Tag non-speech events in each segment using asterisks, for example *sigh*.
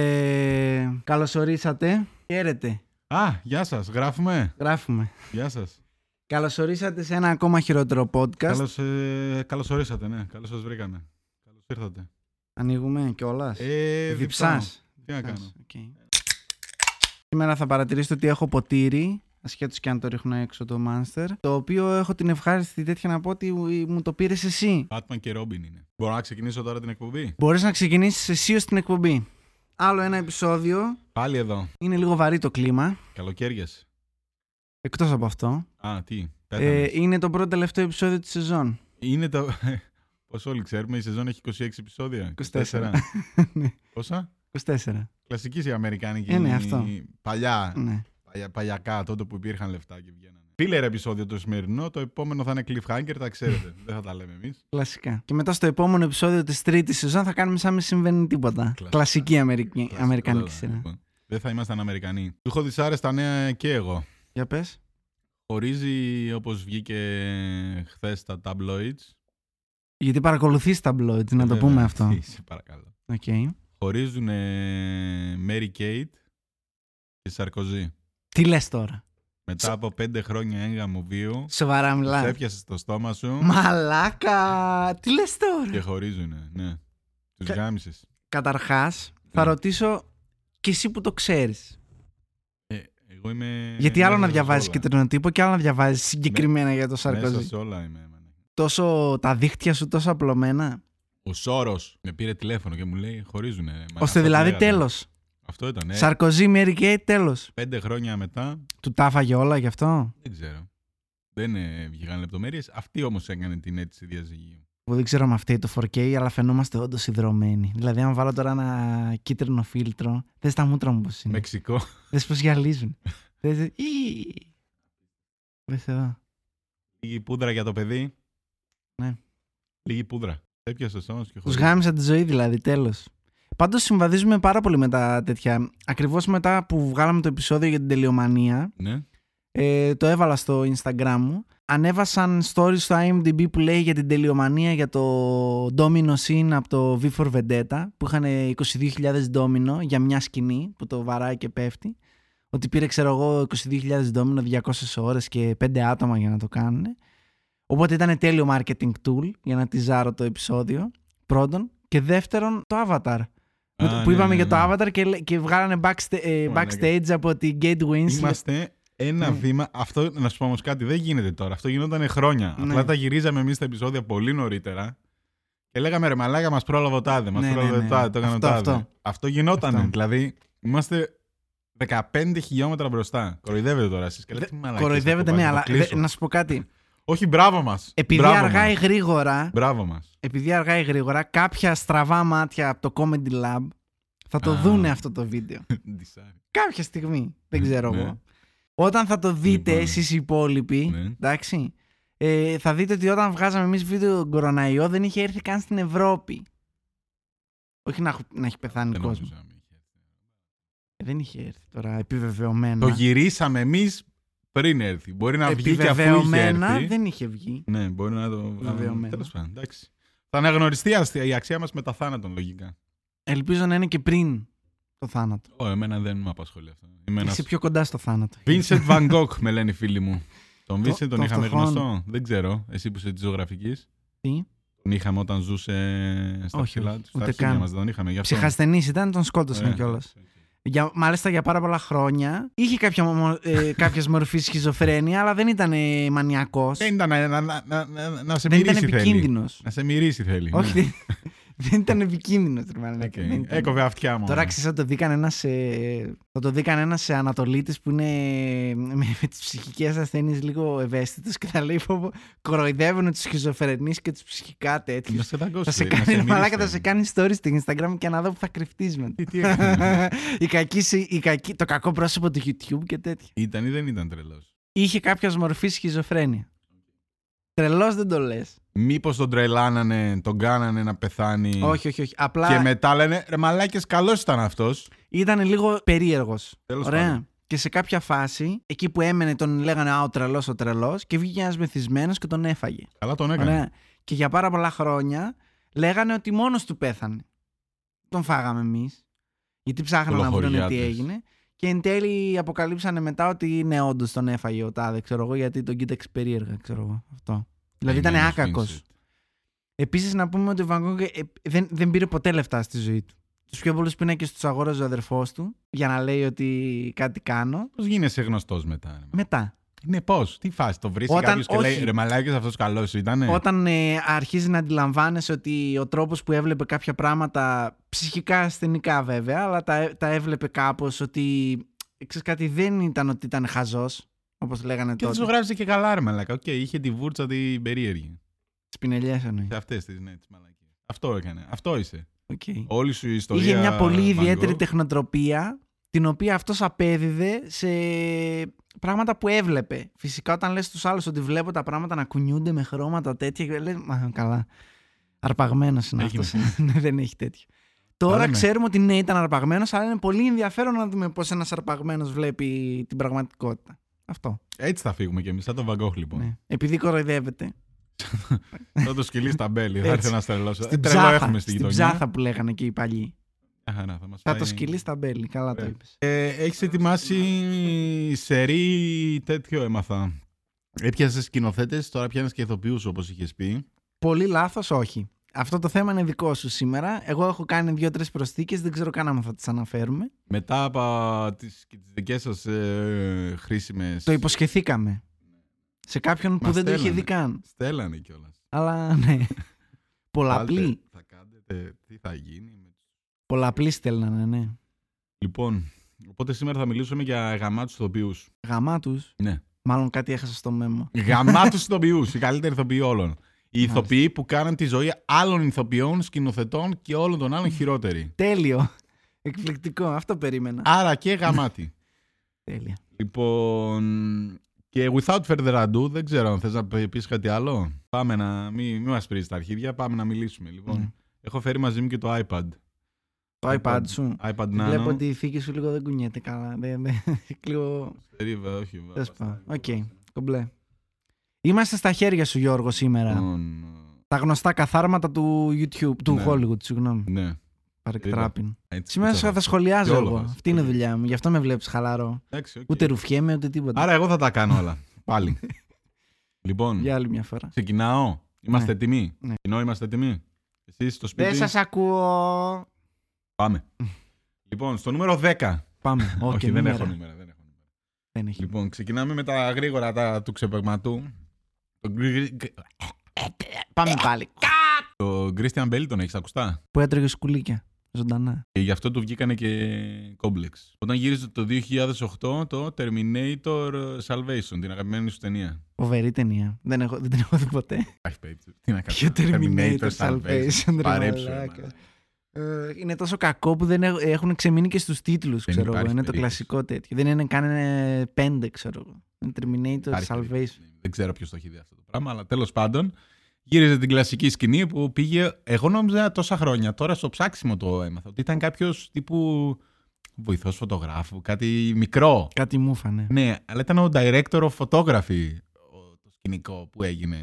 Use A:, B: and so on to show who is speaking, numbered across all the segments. A: Χαίρετε. Καλώς ορίσατε. Χαίρετε.
B: Α, γεια σας. Γράφουμε.
A: Γράφουμε.
B: Γεια σας.
A: Καλώς ορίσατε σε ένα ακόμα χειρότερο podcast.
B: Καλώς ε, καλώς ορίσατε, ναι. Καλώς σας βρήκαμε. Καλώς ήρθατε.
A: Ανοίγουμε κιόλας.
B: Ε, διψάω.
A: Διψάς.
B: Τι να
A: Διψάς.
B: κάνω.
A: Οκ. Σήμερα θα παρατηρήσετε ότι έχω ποτήρι, ασχέτως και αν το ρίχνω έξω το Monster, το οποίο έχω την ευχάριστη τέτοια να πω ότι μου το πήρες εσύ.
B: Batman και Robin είναι. Μπορώ να ξεκινήσω τώρα την εκπομπή.
A: Μπορείς να ξεκινήσεις εσύ ως την εκπομπή. Άλλο ένα επεισόδιο.
B: Πάλι εδώ.
A: Είναι λίγο βαρύ το κλίμα.
B: Καλοκαίριες.
A: Εκτός από αυτό.
B: Α, τι. πέθανες.
A: Ε, είναι το πρώτο τελευταίο επεισόδιο της σεζόν.
B: Είναι το. *laughs* Πώς όλοι ξέρουμε, η σεζόν έχει 26 επεισόδια.
A: 24.
B: 24.
A: *laughs* Ναι.
B: Πόσα.
A: 24.
B: Κλασική η Αμερικάνικη.
A: Ε, ναι, αυτό.
B: Παλιά.
A: Ναι.
B: παλια- Παλιακά, τότε που υπήρχαν λεφτά και βγαίνανε. Φίλερ επεισόδιο το σημερινό. Το επόμενο θα είναι cliffhanger, τα ξέρετε. Δεν θα τα λέμε εμείς.
A: Κλασικά. Και μετά στο επόμενο επεισόδιο της τρίτης σεζόν θα κάνουμε σαν μην συμβαίνει τίποτα.
B: Κλασικά.
A: Κλασική Αμερική...
B: Κλασικό
A: Αμερικανική
B: τώρα,
A: Ε, σειρά.
B: λοιπόν. Δεν θα ήμασταν Αμερικανοί. Του έχω δυσάρεστα νέα και εγώ.
A: Για πες.
B: Χωρίζει όπως βγήκε χθες τα tabloids.
A: Γιατί παρακολουθείς τα μπλόιτ, να το
B: Βέβαια,
A: πούμε αυτό.
B: εσύ, Ε, *laughs* Σε παρακαλώ.
A: Οκ.
B: Χωρίζουν ε, Mary Kate και Σαρκοζή.
A: Τι λες τώρα.
B: Μετά
A: Σε-
B: από πέντε χρόνια έγγαμου βίου,
A: Σοβαρά
B: τους
A: μιλά.
B: έπιασε στο στόμα σου
A: Μαλάκα! Τι λες τώρα.
B: και χωρίζουν. Ναι. Τους
A: Κα-
B: γάμισες.
A: Καταρχάς, θα
B: Ναι.
A: ρωτήσω κι εσύ που το ξέρεις.
B: Εγώ είμαι.
A: Γιατί άλλο
B: μέσα
A: να
B: σε
A: διαβάζεις
B: ναι, όλα. Ναι.
A: κοινωνοτύπο και άλλο να διαβάζεις συγκεκριμένα για το
B: Μέσα
A: Σαρκοζή.
B: σε όλα είμαι. εμένα.
A: Τόσο τα δίχτυα σου τόσο απλωμένα.
B: Ο Σόρος με πήρε τηλέφωνο και μου λέει: Χωρίζουν.
A: ώστε δηλαδή τέλος.
B: Αυτό ήταν. ε.
A: Σαρκοζή, Μέρικέι, τέλος.
B: Πέντε χρόνια μετά,
A: Του τάφαγε όλα γι' αυτό.
B: δεν ξέρω. Δεν ε, βγήκαν λεπτομέρειες. Αυτή όμως έκανε την αίτηση διαζυγίου.
A: που δεν ξέρω αν αυτή το 4K, αλλά φαινόμαστε όντως υδρωμένοι. Δηλαδή, αν βάλω τώρα ένα κίτρινο φίλτρο, δες τα μούτρα μου πώς είναι.
B: Μεξικό.
A: Δες πώς γυαλίζουν. Δες, Ι. Δες εδώ.
B: Λίγη πούδρα για το παιδί.
A: Ναι.
B: Λίγη πούδρα. Έπιασε όμω και
A: Τους
B: χωρίς.
A: γάμισα τη ζωή, δηλαδή, τέλος. Πάντως, συμβαδίζουμε πάρα πολύ με τα τέτοια. Ακριβώς μετά που βγάλαμε το επεισόδιο για την τελειομανία,
B: Ναι.
A: ε, το έβαλα στο Instagram μου. Ανέβασαν stories στο IMDb που λέει για την τελειομανία για το Domino Scene από το V for Vendetta που είχαν 22.000 Domino για μια σκηνή που το βαράει και πέφτει. Ότι πήρε ξέρω εγώ 22.000 Domino 200 ώρες και 5 άτομα για να το κάνουν. Οπότε ήταν τέλειο marketing tool για να τυζάρω το επεισόδιο πρώτον. Και δεύτερον το Avatar. με το-
B: Α,
A: που
B: ναι,
A: είπαμε
B: ναι,
A: για το
B: ναι.
A: Avatar και, λέ- και βγάλανε backsta- ε,
B: Μαλάκα.
A: backstage από την Kate Winslet.
B: Είμαστε ένα
A: Ναι.
B: βήμα. Αυτό να σου πω όμως κάτι δεν γίνεται τώρα. Αυτό γινόταν χρόνια.
A: Ναι.
B: Απλά τα γυρίζαμε εμείς τα επεισόδια πολύ νωρίτερα. Και λέγαμε ρε μαλάκα μας πρόλαβε ο τάδε. Μας
A: Ναι, ναι,
B: πρόλαβε
A: ναι.
B: ο τάδε. Το έκανε ο
A: Αυτό,
B: τάδε.
A: αυτό.
B: Αυτό, γινόταν.
A: Αυτό.
B: Δηλαδή είμαστε 15 χιλιόμετρα μπροστά. Κοροϊδεύετε τώρα εσείς.
A: Δε- Κοροϊδεύεται, ναι, αλλά δε- να σου πω κάτι.
B: Όχι, μπράβο μας.
A: Επειδή αργά ή γρήγορα,
B: Μπράβο μας.
A: *laughs* επειδή αργά ή γρήγορα, κάποια στραβά μάτια από το Comedy Lab θα το
B: Α.
A: δούνε αυτό το βίντεο. Κάποια στιγμή, δεν ξέρω
B: Ναι.
A: εγώ. Όταν θα το δείτε
B: Λοιπόν.
A: εσείς οι υπόλοιποι,
B: Ναι.
A: εντάξει, ε, θα δείτε ότι όταν βγάζαμε εμείς βίντεο τον κοροναϊό δεν είχε έρθει καν στην Ευρώπη. Όχι να, έχω- να έχει πεθάνει ο κόσμος. Ε, Δεν είχε έρθει τώρα επιβεβαιωμένα.
B: Το γυρίσαμε εμείς πριν έρθει. Μπορεί να βγει και αφού είχε
A: επιβεβαιωμένα
B: έρθει.
A: δεν είχε βγει.
B: Ναι, μπορεί να το.
A: Βεβαιωμένα.
B: Τέλος πάντων, εντάξει. Θα αναγνωριστεί αστε- η αξία μας με τα θάνατον, λογικά.
A: Ελπίζω να είναι και πριν το θάνατο.
B: Ω, εμένα δεν με απασχολεί αυτό. Είμαι
A: Είσαι
B: ένας...
A: πιο κοντά στο θάνατο.
B: Vincent Van Gogh με λένε οι φίλοι μου. Τον
A: Το-
B: Vincent τον
A: το
B: είχαμε
A: φτωχόν.
B: γνωστό. Δεν ξέρω, εσύ που είσαι της ζωγραφικής.
A: Τι?
B: Τον είχαμε όταν ζούσε στα
A: Όχι,
B: ψηλά
A: όχι,
B: του. Στα
A: ούτε
B: αρχίδια
A: καν.
B: μας, τον είχαμε. Γι' αυτό.
A: Ψυχασθενής ήταν, τον σκότωσαν
B: Ε,
A: κιόλας.
B: οκ.
A: Για, μάλιστα για πάρα πολλά χρόνια είχε κάποια, μο-
B: *laughs*
A: ε, κάποιες μορφή σχιζοφρένεια, αλλά δεν ήταν ε, μανιακός.
B: Δεν ήταν να, να, να, να, να σε
A: δεν ήταν
B: μυρίσει θέλει.
A: επικίνδυνος.
B: Να σε μυρίσει θέλει.
A: Όχι,
B: ναι.
A: δεν, *laughs* δεν ήταν επικίνδυνο.
B: Οκ. Έκοβε αυτιά μου.
A: Τώρα ξέρεις, θα το δίκαν ένας ε, θα το δίκαν ένας, ε, ανατολίτης που είναι ε, με, με τις ψυχικές ασθένειες λίγο ευαίσθητο και θα λέει πω, πω, κοροϊδεύουν τους σχιζοφρενείς και τους ψυχικά τέτοιους.
B: Να σε δαγκώσει.
A: Θα σε
B: θέλει, να
A: κάνει,
B: μυρίσει
A: μαλάκα, θα
B: θέλει.
A: σε κάνει story στο Instagram και να δω που θα κρυφτείς μετά.
B: *laughs* Τι-
A: *laughs*
B: τι έκανε.
A: η κακή, συ- η κακή, το κακό πρόσωπο του YouTube και τέτοια.
B: Ήταν ή δεν ήταν τρελός.
A: Είχε κάποια μορφή σχιζοφρένεια. Τρελός δεν το λες.
B: Μήπως τον τρελάνανε, τον κάνανε να πεθάνει.
A: Όχι, όχι, όχι. Απλά
B: Ναι. Και μετά λένε ρε μαλάκες, καλός ήταν αυτός.
A: ήταν λίγο περίεργος.
B: Τέλος
A: Ωραία. Και σε κάποια φάση, εκεί που έμενε, τον λέγανε Α, ο τρελός, ο τρελός, και βγήκε ένας μεθυσμένος και τον έφαγε.
B: Καλά τον έκανε.
A: Ωραία. Και για πάρα πολλά χρόνια λέγανε ότι μόνος του πέθανε. Τον φάγαμε εμείς. Γιατί ψάχναν να βρουν τι
B: Κολοχωριάτες.
A: έγινε. Και εν τέλει αποκαλύψανε μετά ότι ναι, όντως τον έφαγε ο Τάδε, ξέρω εγώ, γιατί τον κοίταξε περίεργα, ξέρω εγώ. Αυτό. Δηλαδή ήταν
B: Ενένος
A: άκακος.
B: Vincent.
A: Επίσης να πούμε ότι ο Βαγκόγκ ε, δεν, δεν πήρε ποτέ λεφτά στη ζωή του. Τους πιο πολλούς πίνακε του αγόραζε ο αδερφός του για να λέει ότι κάτι κάνω.
B: Πώς γίνεσαι γνωστός μετά. ρε.
A: Μετά.
B: Ναι, πώς, τι φάση, το βρίσκει
A: Όταν-
B: κάποιος και λέει
A: όχι.
B: «Ρε μαλάκες, αυτός καλός ήταν».
A: Όταν ε, αρχίζει να αντιλαμβάνεσαι ότι ο τρόπος που έβλεπε κάποια πράγματα, ψυχικά ασθενικά βέβαια, αλλά τα, τα έβλεπε κάπως ότι, ε, ξέρεις κάτι, δεν ήταν ότι ήταν χαζός, όπως λέγανε
B: Και δεν
A: τότε.
B: σου γράψε και καλά, ρε μαλάκα. Οκ, είχε τη βούρτσα την περίεργη.
A: Σπινελιές εννοείς.
B: Σε αυτές τις, ναι, τις μαλακίες. Αυτό έκανε. Αυτό είσαι.
A: Οκ.
B: Όλη σου η ιστορία.
A: Είχε μια πολύ
B: Van
A: ιδιαίτερη
B: Gogh.
A: τεχνοτροπία, την οποία αυτός απέδιδε σε πράγματα που έβλεπε. Φυσικά όταν λες στους άλλους ότι βλέπω τα πράγματα να κουνιούνται με χρώματα τέτοια, λες, μα καλά, αρπαγμένος είναι
B: Έχει
A: αυτός. *laughs* ναι, δεν έχει τέτοιο. Τώρα
B: λέμε.
A: ξέρουμε ότι ναι, ήταν αρπαγμένος, αλλά είναι πολύ ενδιαφέρον να δούμε πώς ένας αρπαγμένος βλέπει την πραγματικότητα. Αυτό.
B: Έτσι θα φύγουμε κι εμείς, σαν τον Βαγκόχ λοιπόν.
A: Ναι. Επειδή κοροϊδεύεται.
B: Θα το σκυλί στα μπέλη, θα
A: Ναι. Έτσι.
B: έρθει ένας τρελός.
A: Στην
B: Τρελό
A: ψάθα,
B: έχουμε στη
A: στην
B: γειτονιά.
A: ψάθα που λέγανε και οι παλιοί.
B: Μια χαρά, θα μας
A: Θα
B: πάει-
A: το σκυλεί στα μπέλη. Καλά το
B: Ωραία.
A: είπες.
B: Ε, έχεις ετοιμάσει σερή τέτοιο έμαθα. Έπιασες σκηνοθέτες, τώρα πιάνεις και ηθοποιούς όπως είχες πει.
A: Πολύ λάθος, όχι. Αυτό το θέμα είναι δικό σου σήμερα. Εγώ έχω κάνει δύο-τρει προσθήκες, δεν ξέρω καν αν θα τις αναφέρουμε.
B: Μετά από τις δικές σας ε, χρήσιμες.
A: Το υποσχεθήκαμε. Σε κάποιον που
B: Μας
A: δεν το είχε
B: στέλνανε.
A: δει καν.
B: Στέλνανε κιόλας.
A: Αλλά
B: *laughs*
A: ναι. Πολλαπλή.
B: Θα κάνετε, τι θα γίνει. με τους-
A: Πολλαπλή στέλνανε, ναι.
B: Λοιπόν, οπότε σήμερα θα μιλήσουμε για γαμάτους ηθοποιούς.
A: Γαμάτους.
B: Ναι.
A: Μάλλον κάτι έχασα στο μέμο.
B: Γαμάτους ηθοποιούς, οι καλύτεροι ηθοποιοί όλων. Οι
A: Μάλιστα.
B: ηθοποιοί που κάναν τη ζωή άλλων ηθοποιών, σκηνοθετών και όλων των άλλων χειρότερη.
A: Τέλειο. *laughs* Εκπληκτικό. Αυτό περίμενα.
B: Άρα και γαμάτι.
A: Τέλεια.
B: Λοιπόν, και without further ado, δεν ξέρω αν θες να πεις κάτι άλλο. Πάμε να μην, μην μας πρίζεις τα αρχίδια, πάμε να μιλήσουμε. Λοιπόν,
A: Ναι.
B: έχω φέρει μαζί μου και το iPad.
A: Το
B: λοιπόν,
A: iPad σου.
B: iPad Nano.
A: Βλέπω ότι η θήκη σου λίγο δεν κουνιέται καλά. Δεν, δεν, *laughs* λίγο.
B: Περίβα, όχι. Λοιπόν, βα-
A: Τέλος πάντων. Οκ. Κομπλέ. Είμαστε στα χέρια σου, Γιώργο, σήμερα.
B: Λοιπόν,
A: Τα γνωστά καθάρματα του YouTube, του
B: Ναι.
A: Hollywood, συγγνώμη.
B: Ναι.
A: Παρεκτράπιν.
B: έτσι
A: Σήμερα
B: πίτσα
A: θα,
B: θα-
A: θα σχολιάζω
B: Και όλο
A: εγώ.
B: θα-
A: Αυτή είναι η δουλειά μου. Γι' αυτό με βλέπεις χαλαρό.
B: Εντάξει, οκ.
A: Ούτε ρουφιέμαι, ούτε τίποτα.
B: Ε. Άρα εγώ θα τα κάνω
A: *laughs*
B: όλα. Πάλι. λοιπόν,
A: Για άλλη μια φορά.
B: ξεκινάω. Είμαστε
A: Ναι.
B: έτοιμοι.
A: Ναι.
B: Κοινό, είμαστε έτοιμοι. Εσείς στο σπίτι.
A: Δεν σας ακούω.
B: Πάμε.
A: *laughs*
B: λοιπόν, στο νούμερο 10.
A: Πάμε. Οκ,
B: όχι, δεν
A: νούμερα.
B: έχω νούμερα. Δεν έχω. νούμερα.
A: Δεν έχει.
B: Λοιπόν, ξεκινάμε με τα γρήγορα τα, του ξεπεγματού. Το, γκρι- γκρι-
A: Πάμε πάλι.
B: το Christian Bale τον έχεις ακουστά.
A: Που έτρωγε σκουλίκια. Ζωντανά.
B: Και γι' αυτό του βγήκανε και κόμπλεξ. Όταν γύριζε το 2008 το Terminator Salvation, την αγαπημένη σου ταινία.
A: Φοβερή ταινία. Δεν, έχω, δεν την έχω δει ποτέ.
B: Αχ, περίπτωση. Τι να κάνω.
A: Ποιο Terminator Salvation. ρε
B: Παρέψου, ρε,
A: μαλάκα.
B: μαλάκα.
A: Ε, είναι τόσο κακό που δεν έχ- έχουν ξεμείνει και στους τίτλους,
B: Δεν
A: ξέρω εγώ. Είναι
B: υπάρχει
A: το
B: περίπτωση.
A: κλασικό τέτοιο. Δεν είναι καν ε, πέντε, ξέρω εγώ. Είναι Terminator
B: Υπάρχει
A: Salvation.
B: περίπτωση. Δεν ξέρω ποιος το έχει δει αυτό το πράγμα, αλλά τέλος πάντων γύριζε την κλασική σκηνή που πήγε. Εγώ νόμιζα τόσα χρόνια. Τώρα στο ψάξιμο το έμαθα ότι ήταν κάποιος τύπου βοηθός φωτογράφου, κάτι μικρό.
A: Κάτι μου φανε.
B: Ναι, αλλά ήταν ο director of photography ο- το σκηνικό που έγινε.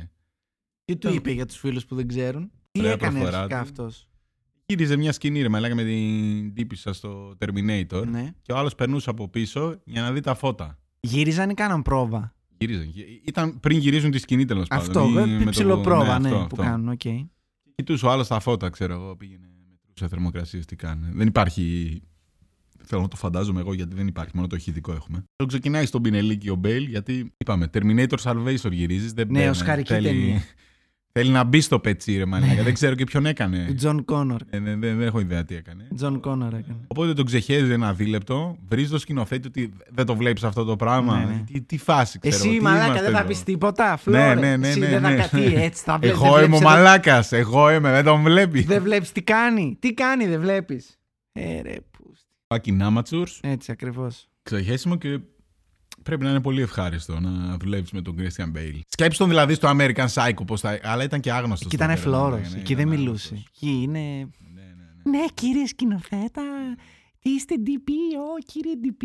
A: Τι του
B: Ήταν-
A: είπε για τους φίλους που δεν ξέρουν. Τι
B: Ωραία
A: έκανε
B: προφορά
A: αρχικά
B: του.
A: αυτός.
B: Γύριζε μια σκηνή, ρε μαλάκα, με την τύπησα στο Terminator
A: Ναι.
B: και ο άλλος περνούσε από πίσω για να δει τα φώτα.
A: Γύριζαν ή κάναν πρόβα.
B: Γύριζαν. Γυ- Ήταν πριν γυρίζουν τη σκηνή τέλος πάντων.
A: Αυτό,
B: ή με
A: βέβαια.
B: το-
A: Ψιλοπρόβα, ναι,
B: αυτό,
A: που
B: αυτό.
A: κάνουν. οκ.
B: Κοιτούσε ο άλλος τα φώτα, ξέρω εγώ. Πήγαινε, μετρούσε θερμοκρασίες, τι κάνει. Δεν υπάρχει. Θέλω να το φαντάζομαι εγώ γιατί δεν υπάρχει, μόνο το ηχητικό έχουμε. Το ξεκινάει στον Πινελίκη ο Μπέιλ, γιατί είπαμε Terminator Salvation γυρίζεις. Δεν
A: Ναι,
B: μπαίνει.
A: ως Ναι. χαρική
B: θέλει,
A: ταινία.
B: θέλει να μπει στο πετσί, ρε μαλάκα. δεν ξέρω και ποιον έκανε.
A: Του Τζον Κόνορ.
B: Ε, ναι, δεν, δεν έχω ιδέα τι έκανε.
A: Τζον Κόνορ έκανε.
B: Οπότε τον ξεχέζει ένα δίλεπτο, βρίζει το σκηνοθέτη ότι δεν το βλέπεις αυτό το πράγμα.
A: Ναι, ναι.
B: Τι, τι φάση, ξέρω. εγώ,
A: Εσύ,
B: τι
A: μαλάκα,
B: είμαστε
A: δεν θα
B: εδώ.
A: πεις τίποτα. Φλόρε.
B: ναι, ναι,
A: Εσύ
B: ναι,
A: δεν
B: ναι.
A: θα κατεί έτσι.
B: *laughs*
A: Θα βλέπεις,
B: Εγώ
A: δεν
B: είμαι ο
A: βλέπεις εδώ-
B: μαλάκας. Εγώ είμαι, δεν τον βλέπεις.
A: Δεν βλέπεις τι κάνει. Τι κάνει, δεν βλέπεις. Ε, ρε, που-
B: Fucking amateurs.
A: Έτσι ακριβώς.
B: ξεχέσιμο και πρέπει να είναι πολύ ευχάριστο να δουλεύεις με τον Christian Bale. Σκέψτε τον δηλαδή στο American Psycho, πώς θα... αλλά ήταν και άγνωστος.
A: Εκεί ήταν φλόρος. Εκεί δεν μιλούσε. Εκεί είναι.
B: Ναι, ναι, ναι.
A: Ναι, κύριε σκηνοθέτα. Είστε DP, ο κύριε DP.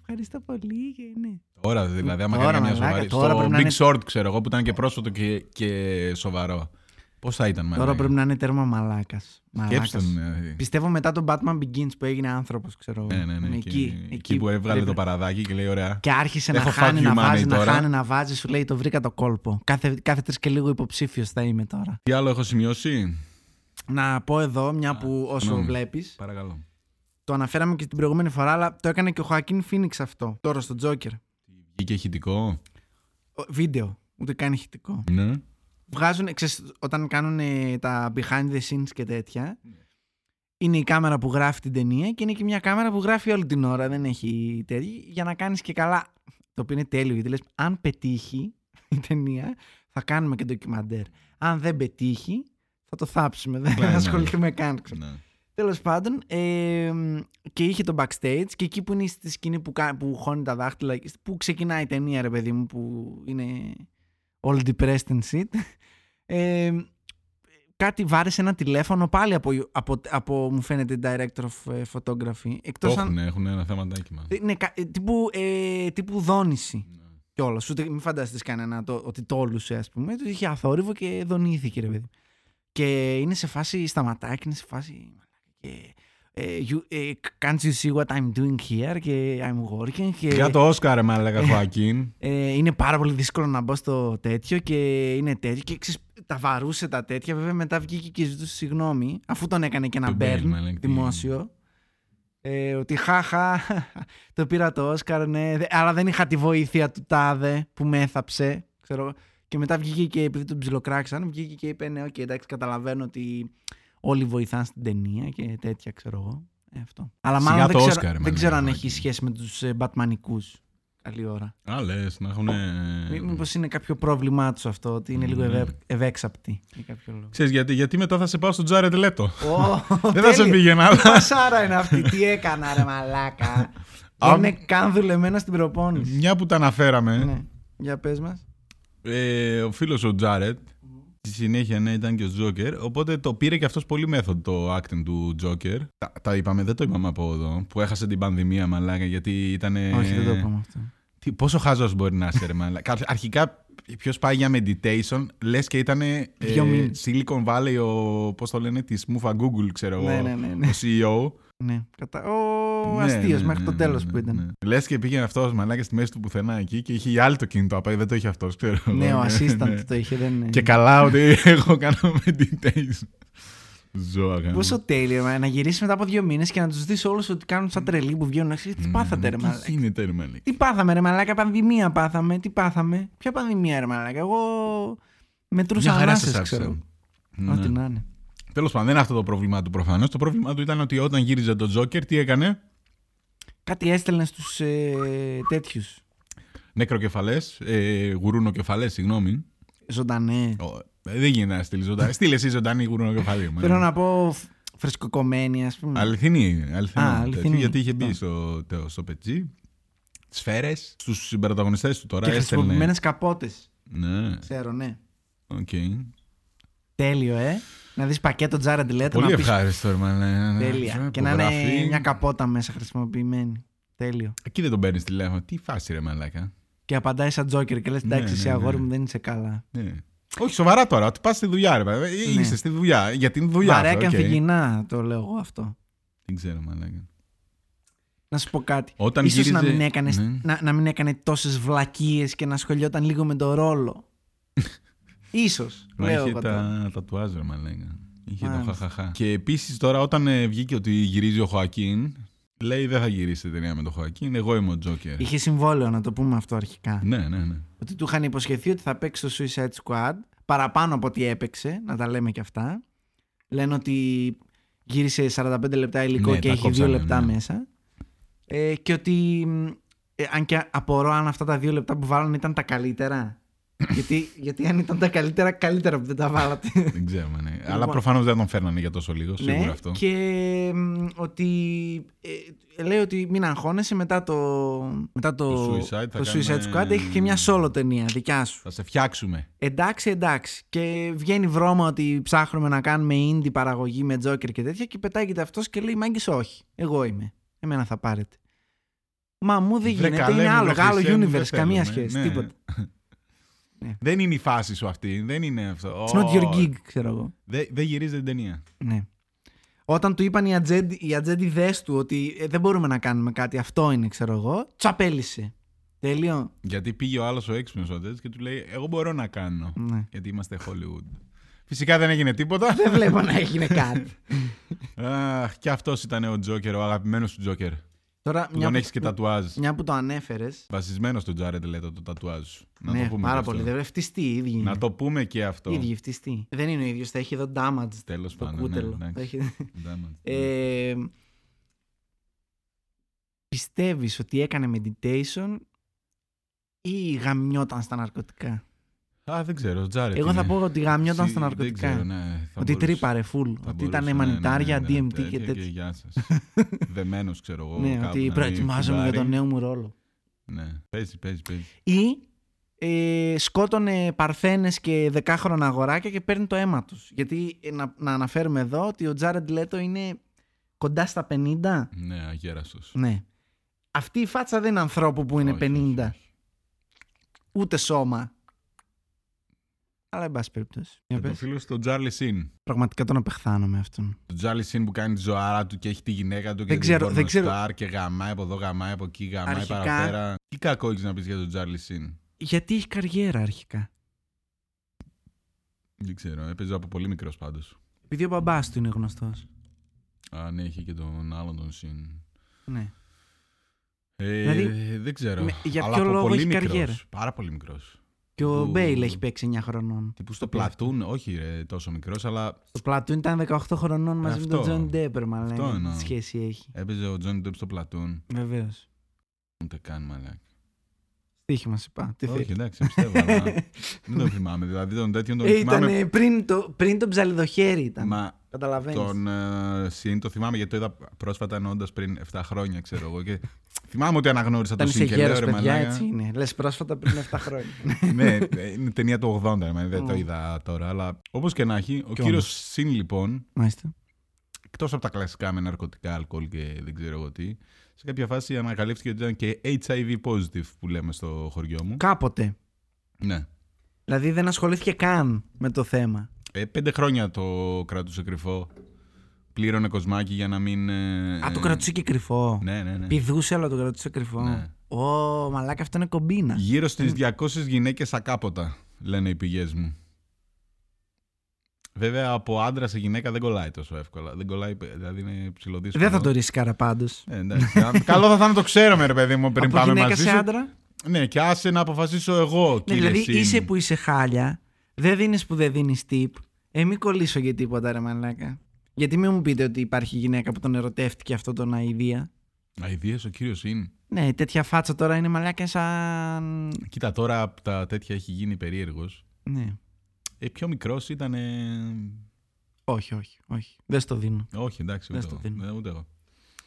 A: Ευχαριστώ πολύ. Και ναι.
B: Τώρα δηλαδή, άμα
A: Τώρα,
B: κάνει μια
A: μαλάκα,
B: σοβαρή.
A: τώρα
B: στο
A: πρέπει να
B: Big
A: είναι-
B: Short, ξέρω εγώ, που ήταν και πρόσφατο και, και σοβαρό. Πώς θα ήταν
A: Τώρα πρέπει να είναι τέρμα μαλάκας.
B: ναι. Σκέψτε τον, ε,
A: Πιστεύω μετά τον Batman Begins που έγινε άνθρωπος, ξέρω εγώ.
B: Ναι, ναι, ναι.
A: Είναι
B: Εκεί, εκεί, που έβγαλε
A: πρέπει
B: το
A: να-
B: παραδάκι και λέει: Ωραία.
A: Και άρχισε να
B: Έχω
A: χάνει,
B: fuck you
A: να
B: money
A: βάζει, να
B: τώρα.
A: χάνει, να βάζει. Σου λέει: Το βρήκα το κόλπο. Κάθε, κάθε τρεις και λίγο υποψήφιος θα είμαι τώρα.
B: Τι άλλο έχω σημειώσει.
A: Να πω εδώ, μια που όσο
B: συγγνώμη.
A: βλέπεις.
B: Παρακαλώ.
A: Το αναφέραμε και την προηγούμενη φορά, αλλά το έκανε και ο Χωακίν Φίνιξ αυτό. Τώρα στο Τζόκερ.
B: Βγήκε ηχητικό.
A: Ο- Βίντεο. Ούτε καν ηχητικό.
B: Ναι.
A: Βγάζουν, ξέρεις, όταν κάνουν ε, τα behind the scenes και τέτοια, είναι η κάμερα που γράφει την ταινία και είναι και μια κάμερα που γράφει όλη την ώρα. Δεν έχει τέτοια. Για να κάνεις και καλά. Το οποίο είναι τέλειο, γιατί λες, αν πετύχει η ταινία, θα κάνουμε και ντοκιμαντέρ. Αν δεν πετύχει, θα το θάψουμε. Δεν
B: Ναι,
A: θα
B: ναι.
A: ασχοληθούμε καν. ξέρω.
B: ναι.
A: Τέλος πάντων, ε, και είχε το backstage και εκεί που είναι στη σκηνή που, κα- που χώνει τα δάχτυλα, που ξεκινάει η ταινία, ρε παιδί μου, που είναι all depressed and shit. Ε, κάτι βάρεσε ένα τηλέφωνο πάλι από, από, από μου φαίνεται, director of ε, photography.
B: Το
A: Εκτός αν.
B: έχουν, έχουν ένα θεματάκι μα.
A: Ναι, κα- ε, τύπου, ε, τύπου δόνηση
B: Ναι.
A: κιόλας. Ούτε μην φανταστείς κανένα το, ότι τόλουσε, ας πούμε. Του είχε αθόρυβο και δονήθηκε, ρε παιδί. μου. Και είναι σε φάση σταματάκι, είναι σε φάση. Και, ε, you, ε, can't you see what I'm doing here? Και I'm working. Και,
B: Για το Όσκαρ, ρε
A: *laughs*
B: μάλακα, Χωακίν.
A: ε, είναι πάρα πολύ δύσκολο να μπω στο τέτοιο και είναι τέτοιο. Και ξέρεις, τα βαρούσε τα τέτοια. Βέβαια μετά βγήκε και ζητούσε συγγνώμη, αφού τον έκανε και ένα
B: Τον Bale,
A: burn
B: μαλάκα, τι-
A: δημόσιο. Ε, ότι χάχα, *laughs* το πήρα το Όσκαρ, ναι, δε- αλλά δεν είχα τη βοήθεια του Τάδε που με έθαψε. Ξέρω. εγώ. Και μετά βγήκε και επειδή τον ψιλοκράξαν, βγήκε και είπε: Ναι, οκ, εντάξει, καταλαβαίνω ότι όλοι βοηθάνε στην ταινία και τέτοια, ξέρω εγώ. Ε, αυτό. Αλλά
B: Σιγά
A: μάλλον
B: το
A: δεν, ξέρω,
B: Όσκαρ,
A: δεν
B: μαλάκα,
A: ξέρω αν
B: μαλάκα.
A: έχει σχέση με τους ε, Μπατμανικούς. Καλή ώρα.
B: Α, λες, να έχουν.
A: Μήπως είναι κάποιο πρόβλημά τους αυτό, ότι είναι λίγο
B: Ε, Ναι.
A: ευε- ευέξαπτη για κάποιο
B: *laughs*
A: λόγο.
B: Ξέρεις γιατί, γιατί μετά θα σε πάω στον Τζάρετ Λέτο.
A: Ω,
B: Δεν θα σε
A: τέλεια.
B: πήγαινα,
A: Τι *laughs*
B: αλλά
A: Πασάρα είναι αυτή, τι έκανα ρε
B: *laughs*
A: μαλάκα. Δεν
B: Α,
A: είναι καν δουλεμένα στην προπόνηση.
B: μια που τα αναφέραμε,
A: Ναι. Για πες μας.
B: ε, ο φίλος ο Τζάρετ, στη συνέχεια ναι, ήταν και ο Τζόκερ, οπότε το πήρε και αυτός πολύ μέθοδο το acting του Τζόκερ. Τα, τα είπαμε, δεν το είπαμε από εδώ, που έχασε την πανδημία μαλάκα, γιατί ήταν...
A: Όχι, δεν το
B: ε.
A: είπαμε αυτό.
B: Τι, πόσο χάζος μπορεί να είσαι ρε μαλάκα. Κα- Αρχικά, ποιος πάει για meditation, λες και ήταν ε,
A: Δύο μήνες.
B: Silicon Valley, ο, πώς το λένε, της Μούφα Google, ξέρω
A: Ναι,
B: εγώ,
A: ναι, ναι,
B: ο E
A: ναι.
B: CEO.
A: ναι. Κατά... Ο
B: Ναι,
A: αστείος
B: ναι,
A: μέχρι
B: ναι,
A: το
B: ναι,
A: τέλος
B: ναι,
A: που ήταν.
B: ναι. Λες και πήγαινε αυτός μαλάκα στη μέση του πουθενά εκεί και είχε άλλο το κινητό απ' δεν το είχε αυτός, ξέρω. εγώ.
A: Ναι, ο
B: ναι.
A: assistant το είχε, δεν είναι.
B: Και καλά ότι εγώ κάνω meditation. Ζώα κάνω.
A: Πόσο τέλειο μα, να γυρίσεις μετά από δύο μήνες και να τους δεις όλους ότι κάνουν σαν τρελοί που βγαίνουν. έξω.
B: Ναι,
A: Τι πάθατε ρε μαλάκα.
B: Τι γίνεται ρε μαλάκα.
A: Τι πάθαμε ρε μαλάκα, πανδημία πάθαμε, τι πάθαμε. Ποια πανδημία ρε μαλάκα, εγώ μετρούσα ανάσες ξέρω. Ό,τι να είναι.
B: Τέλος Ναι. πάντων, δεν είναι αυτό το πρόβλημά του προφανώς. Το πρόβλημά του ήταν ότι όταν γύριζε τον Τζόκερ, τι έκανε.
A: Κάτι έστελνε στους ε, τέτοιους
B: Νεκροκεφαλές, ε, γουρούνοκεφαλές, συγγνώμη.
A: ζωντανέ.
B: Ο, ε, δεν γίνεται να στείλεις ζωντανή. Στείλε εσύ ζωντανή γουρούνοκεφαλή. μάλλον.
A: Θέλω να πω φ- φρεσκοκομμένοι ας πούμε.
B: Αληθινή, αληθινή.
A: Mm. Α,
B: τέτοιο,
A: αληθινή. Ναι.
B: γιατί είχε μπει
A: Αυτό.
B: στο, το- στο πετσί. Σφαίρες στους συμπεραταγωνιστές του τώρα.
A: Και
B: έστελνε.
A: χρησιμοποιημένες καπότες.
B: Ναι,
A: Ξέρω, ναι.
B: οκ.
A: Τέλειο, ε. Να δεις πακέτο Τζάραντ Λέτο.
B: Πολύ
A: να πεις
B: ευχάριστο, ρε μαλάκα. Ναι,
A: Τέλεια.
B: Που
A: Και να είναι
B: γράφει.
A: μια καπότα μέσα χρησιμοποιημένη. Τέλειο.
B: Εκεί δεν τον παίρνεις τηλέφωνο. Τι φάση, ρε μαλάκα.
A: Και απαντάει σαν τζόκερ και λες
B: Ναι,
A: εντάξει,
B: ναι,
A: εσύ
B: ναι.
A: αγόρι μου δεν είσαι καλά.
B: Ναι. Όχι, σοβαρά τώρα. Ότι πας στη δουλειά, ρε παιδί.
A: Ναι.
B: Είσαι στη δουλειά. Γιατί είναι δουλειά.
A: Βαρέα
B: αυτό,
A: και
B: οκ.
A: αμφιγεινά το λέω εγώ αυτό.
B: Δεν ξέρω, μαλάκα.
A: Να σου πω κάτι.
B: Όταν
A: Ίσως
B: γύριζε...
A: να, μην έκανες,
B: Ναι.
A: να, να μην έκανε τόσες βλακίες και να σχολιόταν λίγο με τον
B: *laughs*
A: ρόλο. Ίσως.
B: Μα
A: λέω Ναι,
B: είχε
A: εγώ ναι. τώρα.
B: τα τατουάζ, ρε μαλάκα. Είχε το
A: Μάλιστα.
B: χαχαχά. Και επίσης τώρα, όταν ε, βγήκε ότι γυρίζει ο Χωακίν, λέει δεν θα γυρίσει η ταινία με τον Χωακίν. Εγώ είμαι ο Τζόκερ.
A: Είχε συμβόλαιο να το πούμε αυτό αρχικά.
B: Ναι, ναι, ναι.
A: Ότι του είχαν υποσχεθεί ότι θα παίξει στο Suicide Squad παραπάνω από ό,τι έπαιξε, να τα λέμε και αυτά. Λένε ότι γύρισε 45 λεπτά υλικό
B: Ναι,
A: και
B: τα
A: έχει 2
B: κόψανε,
A: λεπτά
B: ναι.
A: μέσα. Ε, και ότι μ, ε, αν και απορώ αν αυτά τα 2 λεπτά που βάλανε ήταν τα
B: *coughs*
A: καλύτερα. γιατί, γιατί αν ήταν τα καλύτερα, καλύτερα που δεν τα βάλατε.
B: Δεν ξέρω, ναι. Αλλά
A: Λοιπόν.
B: προφανώς δεν τον φέρνανε για τόσο λίγο, σίγουρα
A: ναι,
B: αυτό.
A: Και μ, ότι ε, λέει ότι μην αγχώνεσαι μετά το, μετά το,
B: Το Suicide θα
A: το Suicide
B: κάνουμε-
A: Squad έχει και μια solo ταινία δικιά σου.
B: Θα σε φτιάξουμε.
A: Εντάξει, εντάξει. Και βγαίνει βρώμα ότι ψάχνουμε να κάνουμε indie παραγωγή με τζόκερ και τέτοια και πετάγεται αυτός και λέει Μάγκη, όχι. Εγώ είμαι. Εμένα θα πάρετε. Μα μου δεν
B: Βρε,
A: γίνεται,
B: καλέ
A: είναι
B: μου,
A: άλλο,
B: βρε,
A: άλλο
B: Χριστέ μου,
A: universe,
B: δεν ε.
A: καμία
B: θέλουμε.
A: σχέση,
B: Ναι.
A: τίποτα. Ναι.
B: Δεν είναι η φάση σου αυτή. Δεν είναι αυτό.
A: It's not your
B: Ω,
A: gig, ξέρω εγώ.
B: Δεν δεν γυρίζει την ταινία.
A: Ναι. Όταν του είπαν οι ατζέντι- οι ατζέντιδες του ότι «Ε, δεν μπορούμε να κάνουμε κάτι, αυτό είναι, ξέρω εγώ, τσαπέλησε. Τέλειο.
B: Γιατί πήγε ο άλλος ο έξυπνος ο Τζέτ και του λέει: Εγώ μπορώ να κάνω.
A: Ναι.
B: Γιατί είμαστε Hollywood. Φυσικά δεν έγινε τίποτα.
A: Δεν βλέπω να έγινε κάτι.
B: Αχ, και αυτός ήταν ο Τζόκερ, ο αγαπημένος του Τζόκερ.
A: *laughs* Τώρα,
B: Που
A: μια, ναι.
B: τον
A: που,
B: έχεις και τατουάζ.
A: μια που το ανέφερες.
B: Βασισμένος στον Τζάρετ Λέτο το τατουάζ σου. Να
A: Ναι,
B: το πούμε.
A: πάρα
B: και
A: πολύ.
B: αυτό.
A: Δεν είναι φτιστή οι ίδιοι.
B: Να
A: είναι.
B: το πούμε και αυτό.
A: Οι ίδιοι φτιστοί. Δεν είναι ο ίδιος, θα έχει εδώ damage
B: Τέλος
A: στο
B: πάντων.
A: κούτελο.
B: Ναι,
A: Θα
B: εντάξει.
A: έχει-
B: Damage.
A: Ε, πιστεύεις ότι έκανε meditation ή γαμιόταν στα ναρκωτικά.
B: Α, δεν ξέρω, ο Τζάρετ.
A: Εγώ θα
B: είναι.
A: πω ότι γαμιόταν
B: Συ-
A: στα
B: δεν ξέρω,
A: ναρκωτικά.
B: ναι, θα
A: Ότι
B: μπορούσε.
A: τρύπαρε φουλ.
B: Θα
A: Ότι
B: μπορούσε,
A: ήταν
B: ναι, ναι,
A: μανιτάρια,
B: ναι, ναι,
A: DMT και τέτοια.
B: Γεια
A: *laughs*
B: σας. Δεμένος, ξέρω εγώ.
A: Ναι,
B: κάπου
A: ότι
B: να
A: προετοιμάζομαι για
B: μην
A: τον νέο μου ρόλο.
B: φουντάρει. Ναι, παίζει, παίζει, παίζει.
A: Ή ε, σκότωνε παρθένες και δεκάχρονα αγοράκια και παίρνει το αίμα τους. Γιατί ε, να, να αναφέρουμε εδώ ότι ο Τζάρεντ Λέτο είναι κοντά στα 50.
B: Ναι, αγέραστος.
A: Ναι. Αυτή η φάτσα δεν είναι ανθρώπου που είναι 50. ούτε σώμα. Αλλά εν πάση περιπτώσει. Για
B: Και Ε, το
A: πες.
B: φίλο του Τζάρλι Σιν.
A: Πραγματικά τον απεχθάνω με αυτόν.
B: Το Τζάρλι Σιν που κάνει τη ζωάρα του και έχει τη γυναίκα του και
A: Δεν
B: την
A: ξέρω,
B: porno
A: δεν ξέρω.
B: star και γαμάει από εδώ, γαμάει από εκεί, γαμάει
A: Αρχικά-
B: παραπέρα. Τι κακό έχεις να πεις για τον Τζάρλι Σιν.
A: Γιατί έχει καριέρα αρχικά.
B: Δεν ξέρω, έπαιζε από πολύ μικρός πάντως.
A: Επειδή ο μπαμπάς του είναι γνωστός.
B: Α, ναι, είχε και τον άλλον τον Σιν.
A: Ναι.
B: Ε,
A: Δηλαδή,
B: δεν ξέρω.
A: με- για
B: Αλλά
A: ποιο
B: από
A: λόγο
B: πολύ
A: έχει
B: μικρός,
A: καριέρα.
B: Πάρα πολύ μικρός.
A: Και ο
B: Του-
A: Μπέιλ έχει παίξει 9 χρονών.
B: Τύπου στο
A: πειράζει.
B: πλατούν, όχι ρε, τόσο μικρός, αλλά
A: Το Πλατούν ήταν 18 χρονών μαζί με τον
B: Αυτό.
A: Τζον Ντέπερ, μα
B: Αυτό
A: λένε.
B: εννοώ.
A: Τι σχέση έχει.
B: έπαιζε ο Τζόνι Ντεπ στο πλατούν.
A: Βεβαίως.
B: Ούτε καν μαλάκι.
A: Τύχημα σε πά. Τι
B: Όχι,
A: θέλεις.
B: εντάξει, πιστεύω.
A: *laughs*
B: αλλά δεν Ε, τον θυμάμαι. Δηλαδή τον τέτοιον
A: Ε,
B: τον θυμάμαι.
A: Ήταν πριν το, πριν το ψαλιδοχέρι ήταν.
B: Μα
A: Καταλαβαίνεις.
B: τον ε, Συν το θυμάμαι γιατί το είδα πρόσφατα ενώντα πριν 7 χρόνια, ξέρω εγώ. Και θυμάμαι ότι αναγνώρισα
A: Όταν
B: το
A: είσαι
B: Συν και λέω
A: γέρος,
B: ρε
A: παιδιά,
B: μαλάκα.
A: έτσι είναι. Λες πρόσφατα
B: *laughs*
A: πριν 7 χρόνια.
B: ναι, ε, είναι ταινία του 80, ε, δεν το
A: Mm.
B: είδα τώρα. Αλλά όπως και να έχει, ο
A: Κι
B: κύριο
A: όμως.
B: Συν λοιπόν,
A: Μάλιστα.
B: εκτός από τα κλασικά με ναρκωτικά, αλκοόλ και δεν ξέρω εγώ τι, σε κάποια φάση ανακαλύφθηκε ότι ήταν και HIV positive που λέμε στο χωριό μου.
A: Κάποτε.
B: Ναι.
A: Δηλαδή δεν ασχολήθηκε καν με το θέμα.
B: Ε, πέντε χρόνια το κρατούσε κρυφό. Πλήρωνε κοσμάκι για να μην. ε,
A: Α, το κρατούσε και κρυφό.
B: Ναι, ναι, ναι.
A: Πηδούσε, αλλά το κρατούσε κρυφό.
B: Ναι.
A: Ω, μαλάκα, αυτό είναι κομπίνα.
B: Γύρω στις 200 γυναίκες ακάποτα, λένε οι πηγές μου. Βέβαια, από άντρα σε γυναίκα δεν κολλάει τόσο εύκολα. Δεν κολλάει, δηλαδή είναι ψηλοδύσκολο.
A: Δεν θα το ρίσκαρα πάντως.
B: Ε, εντάξει. Α, Καλό θα ήταν να το ξέρουμε, ρε παιδί μου, πριν
A: Από
B: πάμε
A: γυναίκα
B: μαζί
A: σε
B: σου.
A: άντρα.
B: Ναι, και άσε να αποφασίσω εγώ,
A: Ναι,
B: κύριε
A: δηλαδή
B: Συν.
A: είσαι που είσαι χάλια, δεν δίνεις που δεν δίνεις tip. Ε, μην κολλήσω για τίποτα, ρε μαλάκα. Γιατί μην μου πείτε ότι υπάρχει γυναίκα που τον ερωτεύτηκε αυτό τον αηδία.
B: Αηδίες ο κύριος Συν.
A: Ναι, τέτοια φάτσα τώρα είναι μαλάκα σαν.
B: Κοίτα, τώρα από τα τέτοια έχει γίνει περίεργος.
A: Ναι.
B: Ε, πιο μικρός ήταν... ε,
A: Όχι, όχι, όχι. Δεν στο δίνω. όχι
B: Όχι, εντάξει,
A: Δεν
B: ούτε
A: στο
B: εγώ.
A: δίνω.
B: Ε, ούτε εγώ.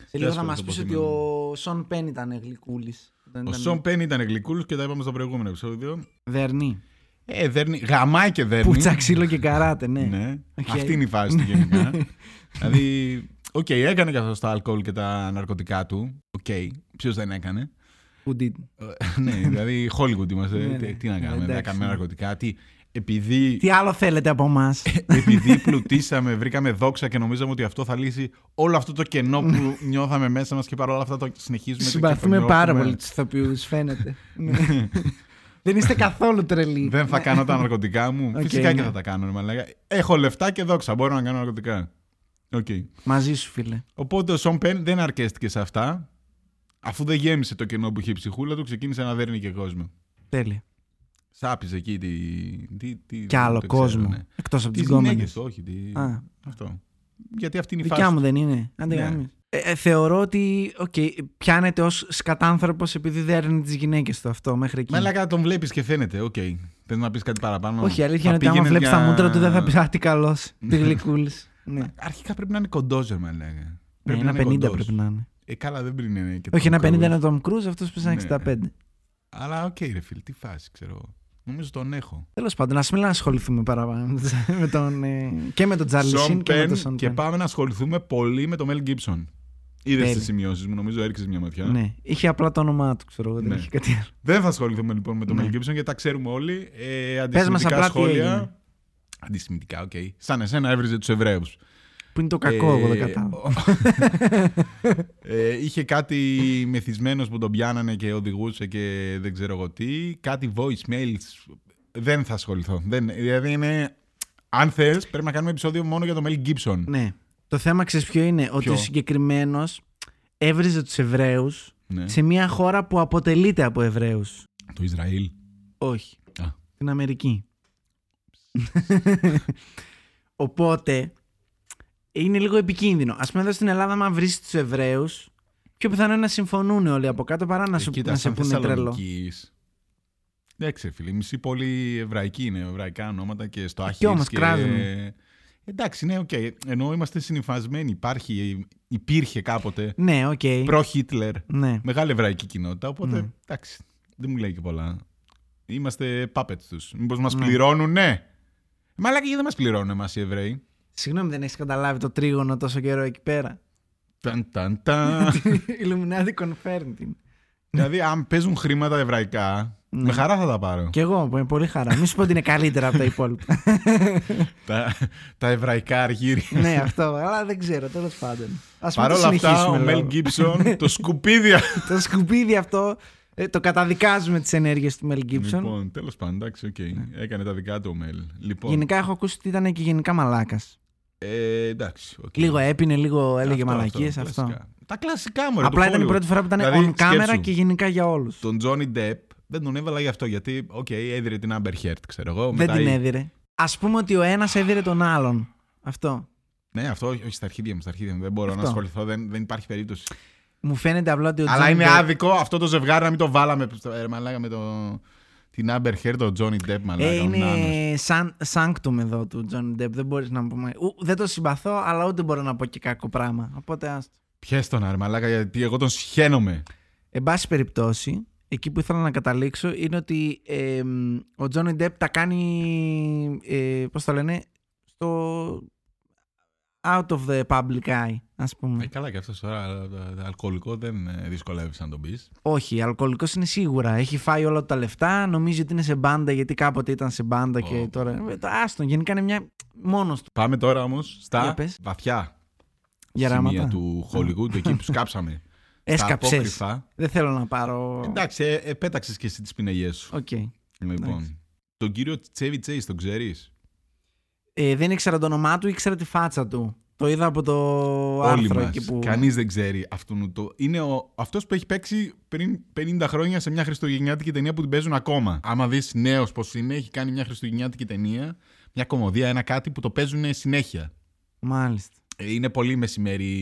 A: Σε λίγο θα
B: ασχοληθώ
A: μα
B: πολύ
A: πει
B: με
A: ότι ο Σον Πεν ήταν γλυκούλης.
B: Ο Σον Πέν ήταν γλυκούλος και τα είπαμε στο προηγούμενο επεισόδιο.
A: Δερνή.
B: Ε, δέρνει, γαμάει και δέρνει.
A: Πουτσα, ξύλο και καράτε, ναι.
B: Ναι.
A: Οκ.
B: Αυτή είναι η φάση του
A: *laughs*
B: γενικά. δηλαδή, οκ, έκανε και αυτός τα αλκοόλ και τα ναρκωτικά του. Οκ, ποιος δεν έκανε.
A: Who did.
B: Ε, ναι,
A: *laughs*
B: δηλαδή, Hollywood
A: Ναι,
B: είμαστε.
A: ναι.
B: τι, τι να κάνουμε,
A: Εντάξει,
B: δεν κάνουμε
A: ναι.
B: ναρκωτικά. Τι, επειδή,
A: Τι άλλο θέλετε από εμάς.
B: *laughs* επειδή πλουτίσαμε, βρήκαμε δόξα και νομίζαμε ότι αυτό θα λύσει όλο αυτό το κενό που νιώθαμε μέσα μας και παρόλα αυτά το συνεχίζουμε. το
A: Ναι. Συμπαθούμε πάρα
B: ξεπερνούμε.
A: πολύ τους ηθοποιούς,
B: *laughs*
A: φαίνεται. Ναι. Δεν είστε καθόλου τρελοί.
B: Δεν θα κάνω τα ναρκωτικά μου.
A: Ναι. Οκ,
B: Φυσικά και
A: ναι.
B: θα τα κάνω. ρε μαλάκα. Έχω λεφτά και δόξα. Μπορώ να κάνω ναρκωτικά. Οκ.
A: Μαζί σου, φίλε.
B: Οπότε ο Σον Πεν δεν αρκέστηκε σε αυτά. Αφού δεν γέμισε το κενό που είχε η ψυχούλα του, ξεκίνησε να δέρνει και κόσμο.
A: Τέλεια.
B: Σάπιζε εκεί τη. τι- τι-
A: Κι άλλο
B: δεν ξέρω,
A: κόσμο.
B: ναι.
A: Εκτός από
B: Τις
A: την κόμενη.
B: γυναίκες, όχι. τη-
A: Α.
B: Αυτό. Γιατί αυτή είναι η φάση.
A: Δικιά μου δεν είναι. Άντε
B: Ναι.
A: γάμι. Ε, ε, θεωρώ ότι οκ, πιάνεται ως σκατάνθρωπος επειδή δέρνει τις γυναίκες του αυτό μέχρι εκεί.
B: Μαλάκα τον βλέπεις και φαίνεται. Οκ. Θες να πεις κάτι παραπάνω.
A: Όχι, η
B: Θα
A: αλήθεια είναι ότι άμα
B: πήγαινες
A: βλέπεις τα
B: για- Ναι.
A: μούτρα του
B: *laughs*
A: δεν θα πεις Α, τι καλός. Τι γλυκούλης.
B: Μα, Αρχικά πρέπει να είναι κοντόζερ, μαλάκα.
A: Ναι,
B: να
A: ένα
B: είναι
A: 50
B: κοντός.
A: πρέπει να είναι.
B: Ε, καλά, δεν πριν είναι. και
A: Όχι,
B: το
A: ένα 50
B: Cruise.
A: είναι ο Tom Cruise, αυτός που είναι
B: Ναι.
A: 65.
B: Αλλά οκ, ρε φίλε, τι φάση, ξέρω εγώ. Νομίζω τον έχω.
A: Τέλος πάντων, ας μην ασχοληθούμε παραπάνω με τον, ε, και με τον Τζάρλι
B: Sean
A: Σιν και με
B: Penn
A: τον Σον
B: και
A: Πεν.
B: πάμε να ασχοληθούμε πολύ με τον Μέλ Γκίψον. Είδες τις
A: Τέλεια.
B: σημειώσεις μου, νομίζω έριξες μια ματιά.
A: Ναι. Είχε απλά το όνομά του, ξέρω εγώ. Δεν
B: ε. Ναι.
A: είχε κάτι άλλο.
B: Δεν θα ασχοληθούμε λοιπόν με τον
A: Ναι.
B: Mel Gibson γιατί τα ξέρουμε όλοι. Ε,
A: Πες μας
B: αντισημιτικά
A: απλά τι έγινε.
B: σχόλια. Αντισημιτικά, οκ. Σαν εσένα έβριζε τους Εβραίους.
A: Που είναι το κακό, εγώ δεν κατάλαβα.
B: *laughs* ε, είχε κάτι μεθυσμένος που τον πιάνανε και οδηγούσε και δεν ξέρω εγώ τι. Κάτι voicemails. Δεν θα ασχοληθώ. Δεν, δηλαδή είναι... Αν θες, πρέπει να κάνουμε επεισόδιο μόνο για τον Mel Gibson.
A: Ναι. Το θέμα ξέρεις ποιο είναι. Ότι
B: Ποιο?
A: ο συγκεκριμένος έβριζε τους Εβραίους
B: Ναι.
A: σε μια χώρα που αποτελείται από Εβραίους.
B: Το Ισραήλ.
A: Όχι.
B: Α.
A: Την Αμερική. *laughs* Οπότε είναι λίγο επικίνδυνο. Ας πούμε εδώ στην Ελλάδα, αν βρεις τους Εβραίους, πιο πιθανό είναι να συμφωνούν όλοι από κάτω παρά να,
B: Ε,
A: σου,
B: κοίτα,
A: να σε
B: σαν
A: πούνε τρελό.
B: Θεσσαλονικής. Εντάξει, φίλοι, μισή πολύ εβραϊκή είναι, εβραϊκά ονόματα και στο άχυρο.
A: Ε, όμως κράζουν.
B: Εντάξει, ναι, οκ. Ενώ είμαστε συνυφασμένοι, υπάρχει, υπήρχε κάποτε
A: Ναι, οκ.
B: προ-Χίτλερ
A: Ναι.
B: μεγάλη εβραϊκή κοινότητα. Οπότε
A: Ναι.
B: εντάξει, δεν μου λέει και πολλά. Είμαστε puppets τους. Μήπως μας
A: Ναι.
B: πληρώνουν, ναι. Μαλάκα γιατί δεν μας πληρώνουν εμάς οι Εβραίοι.
A: Συγγνώμη, δεν έχεις καταλάβει το τρίγωνο τόσο καιρό εκεί
B: *laughs*
A: πέρα.
B: Ταν, ταν, ταν.
A: *laughs* Illuminati confirmed την.
B: δηλαδή, αν παίζουν χρήματα εβραϊκά,
A: Ναι.
B: με χαρά θα τα πάρω.
A: Κι εγώ, που είναι πολύ χαρά. Μη σου πω ότι είναι καλύτερα από τα υπόλοιπα.
B: τα, τα εβραϊκά αργύρια.
A: *laughs* ναι, αυτό. Αλλά δεν ξέρω, τέλος πάντων. Ας
B: Παρ' όλα αυτά, ο Μελ Gibson, το
A: *laughs*
B: σκουπίδια.
A: το σκουπίδι αυτό ε, το καταδικάζουμε τις ενέργειες του Μελ Gibson.
B: λοιπόν, τέλος πάντων, εντάξει, οκ. Έκανε τα δικά του ο Μελ. Λοιπόν,
A: Ναι. Γενικά έχω ακούσει ότι ήταν και γενικά μαλάκας.
B: ε, εντάξει, οκ.
A: Λίγο έπινε, λίγο έλεγε
B: Αυτό,
A: μαλακίε αυτό.
B: κλασικά. Τα κλασικά μου
A: Απλά ήταν η πρώτη φορά που ήταν
B: Δηλαδή,
A: on camera
B: σκέψου.
A: και γενικά για όλους.
B: Τον Johnny Depp δεν τον έβαλα γι' αυτό γιατί, οκ, έδιρε την Amber Heard, ξέρω εγώ.
A: Δεν
B: μετά
A: την
B: η-
A: έδιρε. Ας πούμε ότι ο ένας έδιρε τον άλλον. Αυτό.
B: Ναι, αυτό όχι, όχι, στα αρχίδια μου, στα αρχίδια μου. Δεν μπορώ να
A: Αυτό.
B: ασχοληθώ, δεν, δεν υπάρχει περίπτωση.
A: Μου φαίνεται απλά ότι ο
B: Αλλά
A: Johnny
B: είναι
A: Depp-
B: άδικο αυτό το ζευγάρι να μην το βάλαμε. στο- ε, Μαλάκα με το. Την Amber Heard, τον Johnny Depp, μαλάκα.
A: Ε,
B: ο νάνος.
A: είναι σαν sanctum εδώ του Johnny Depp. Δεν μπορείς να πούμε. Ου, δεν το συμπαθώ, αλλά ούτε μπορώ να πω και κακό πράγμα. Οπότε άστο.
B: Πιες τον άρε, μαλάκα, γιατί εγώ τον σχένομαι.
A: Εν πάση περιπτώσει, εκεί που ήθελα να καταλήξω είναι ότι ε, μ, ο Johnny Depp τα κάνει. Ε, Πώς το λένε, στο. out of the public eye, ας πούμε.
B: Ε, καλά και αυτός τώρα, αλλά το- το αλκοολικό δεν ε, δυσκολεύεσαι να τον πεις.
A: Όχι, αλκοολικός είναι σίγουρα. Έχει φάει όλα τα λεφτά, νομίζει ότι είναι σε μπάντα γιατί κάποτε ήταν σε μπάντα και
B: Ω.
A: τώρα. Ε, το- Άστον, γενικά είναι μια. μόνος του.
B: Πάμε τώρα όμως στα
A: Για πες.
B: βαθιά
A: Για
B: σημεία
A: ράματα.
B: του Hollywood, εκεί που
A: *laughs*
B: σκάψαμε. Στα
A: Έσκαψες.
B: απόκριφα.
A: Δεν θέλω να πάρω.
B: Εντάξει, ε, ε, πέταξες και εσύ τις πινελιέ σου.
A: Οκ.
B: Λοιπόν, τον κύριο Τσέβι Τσέις, τον ξέρεις.
A: Ε, δεν ήξερα το όνομά του, ήξερα τη φάτσα του. Το είδα από το
B: Όλοι
A: άρθρο
B: μας.
A: εκεί που.
B: Κανείς δεν ξέρει αυτόν. Το... Είναι ο... αυτός που έχει παίξει πριν 50 χρόνια σε μια χριστουγεννιάτικη ταινία που την παίζουν ακόμα. Άμα δεις νέος πώς είναι, έχει κάνει μια χριστουγεννιάτικη ταινία, μια κομμωδία, ένα κάτι που το παίζουν συνέχεια.
A: Μάλιστα.
B: Ε, Είναι πολύ μεσημέρι.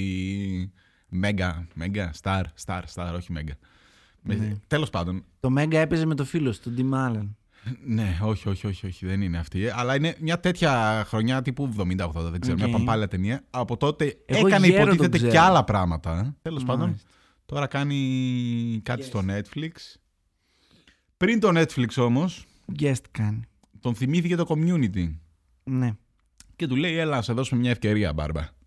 B: Μέγα, μέγα, star, star, star, όχι μέγα.
A: Ναι.
B: Τέλος πάντων, *clears throat*
A: Το Μέγκα έπαιζε με το φίλο του, Ντι Μάλλον.
B: Ναι, όχι, όχι, όχι, όχι, δεν είναι αυτή. Αλλά είναι μια τέτοια χρονιά τύπου 70-80, δεν ξέρω,
A: Οκ.
B: μια παμπάλια ταινία. Από τότε
A: Εγώ
B: έκανε
A: γέρο τον
B: υποτίθεται
A: ξέρω.
B: και άλλα πράγματα. Τέλο πάντων,
A: Μάλιστα.
B: τώρα κάνει κάτι
A: Yes.
B: στο Netflix. Πριν το Netflix όμως,
A: Guest κάνει.
B: τον θυμήθηκε το community
A: Ναι.
B: και του λέει: Έλα, να σε δώσουμε μια ευκαιρία, Μπάρμπα.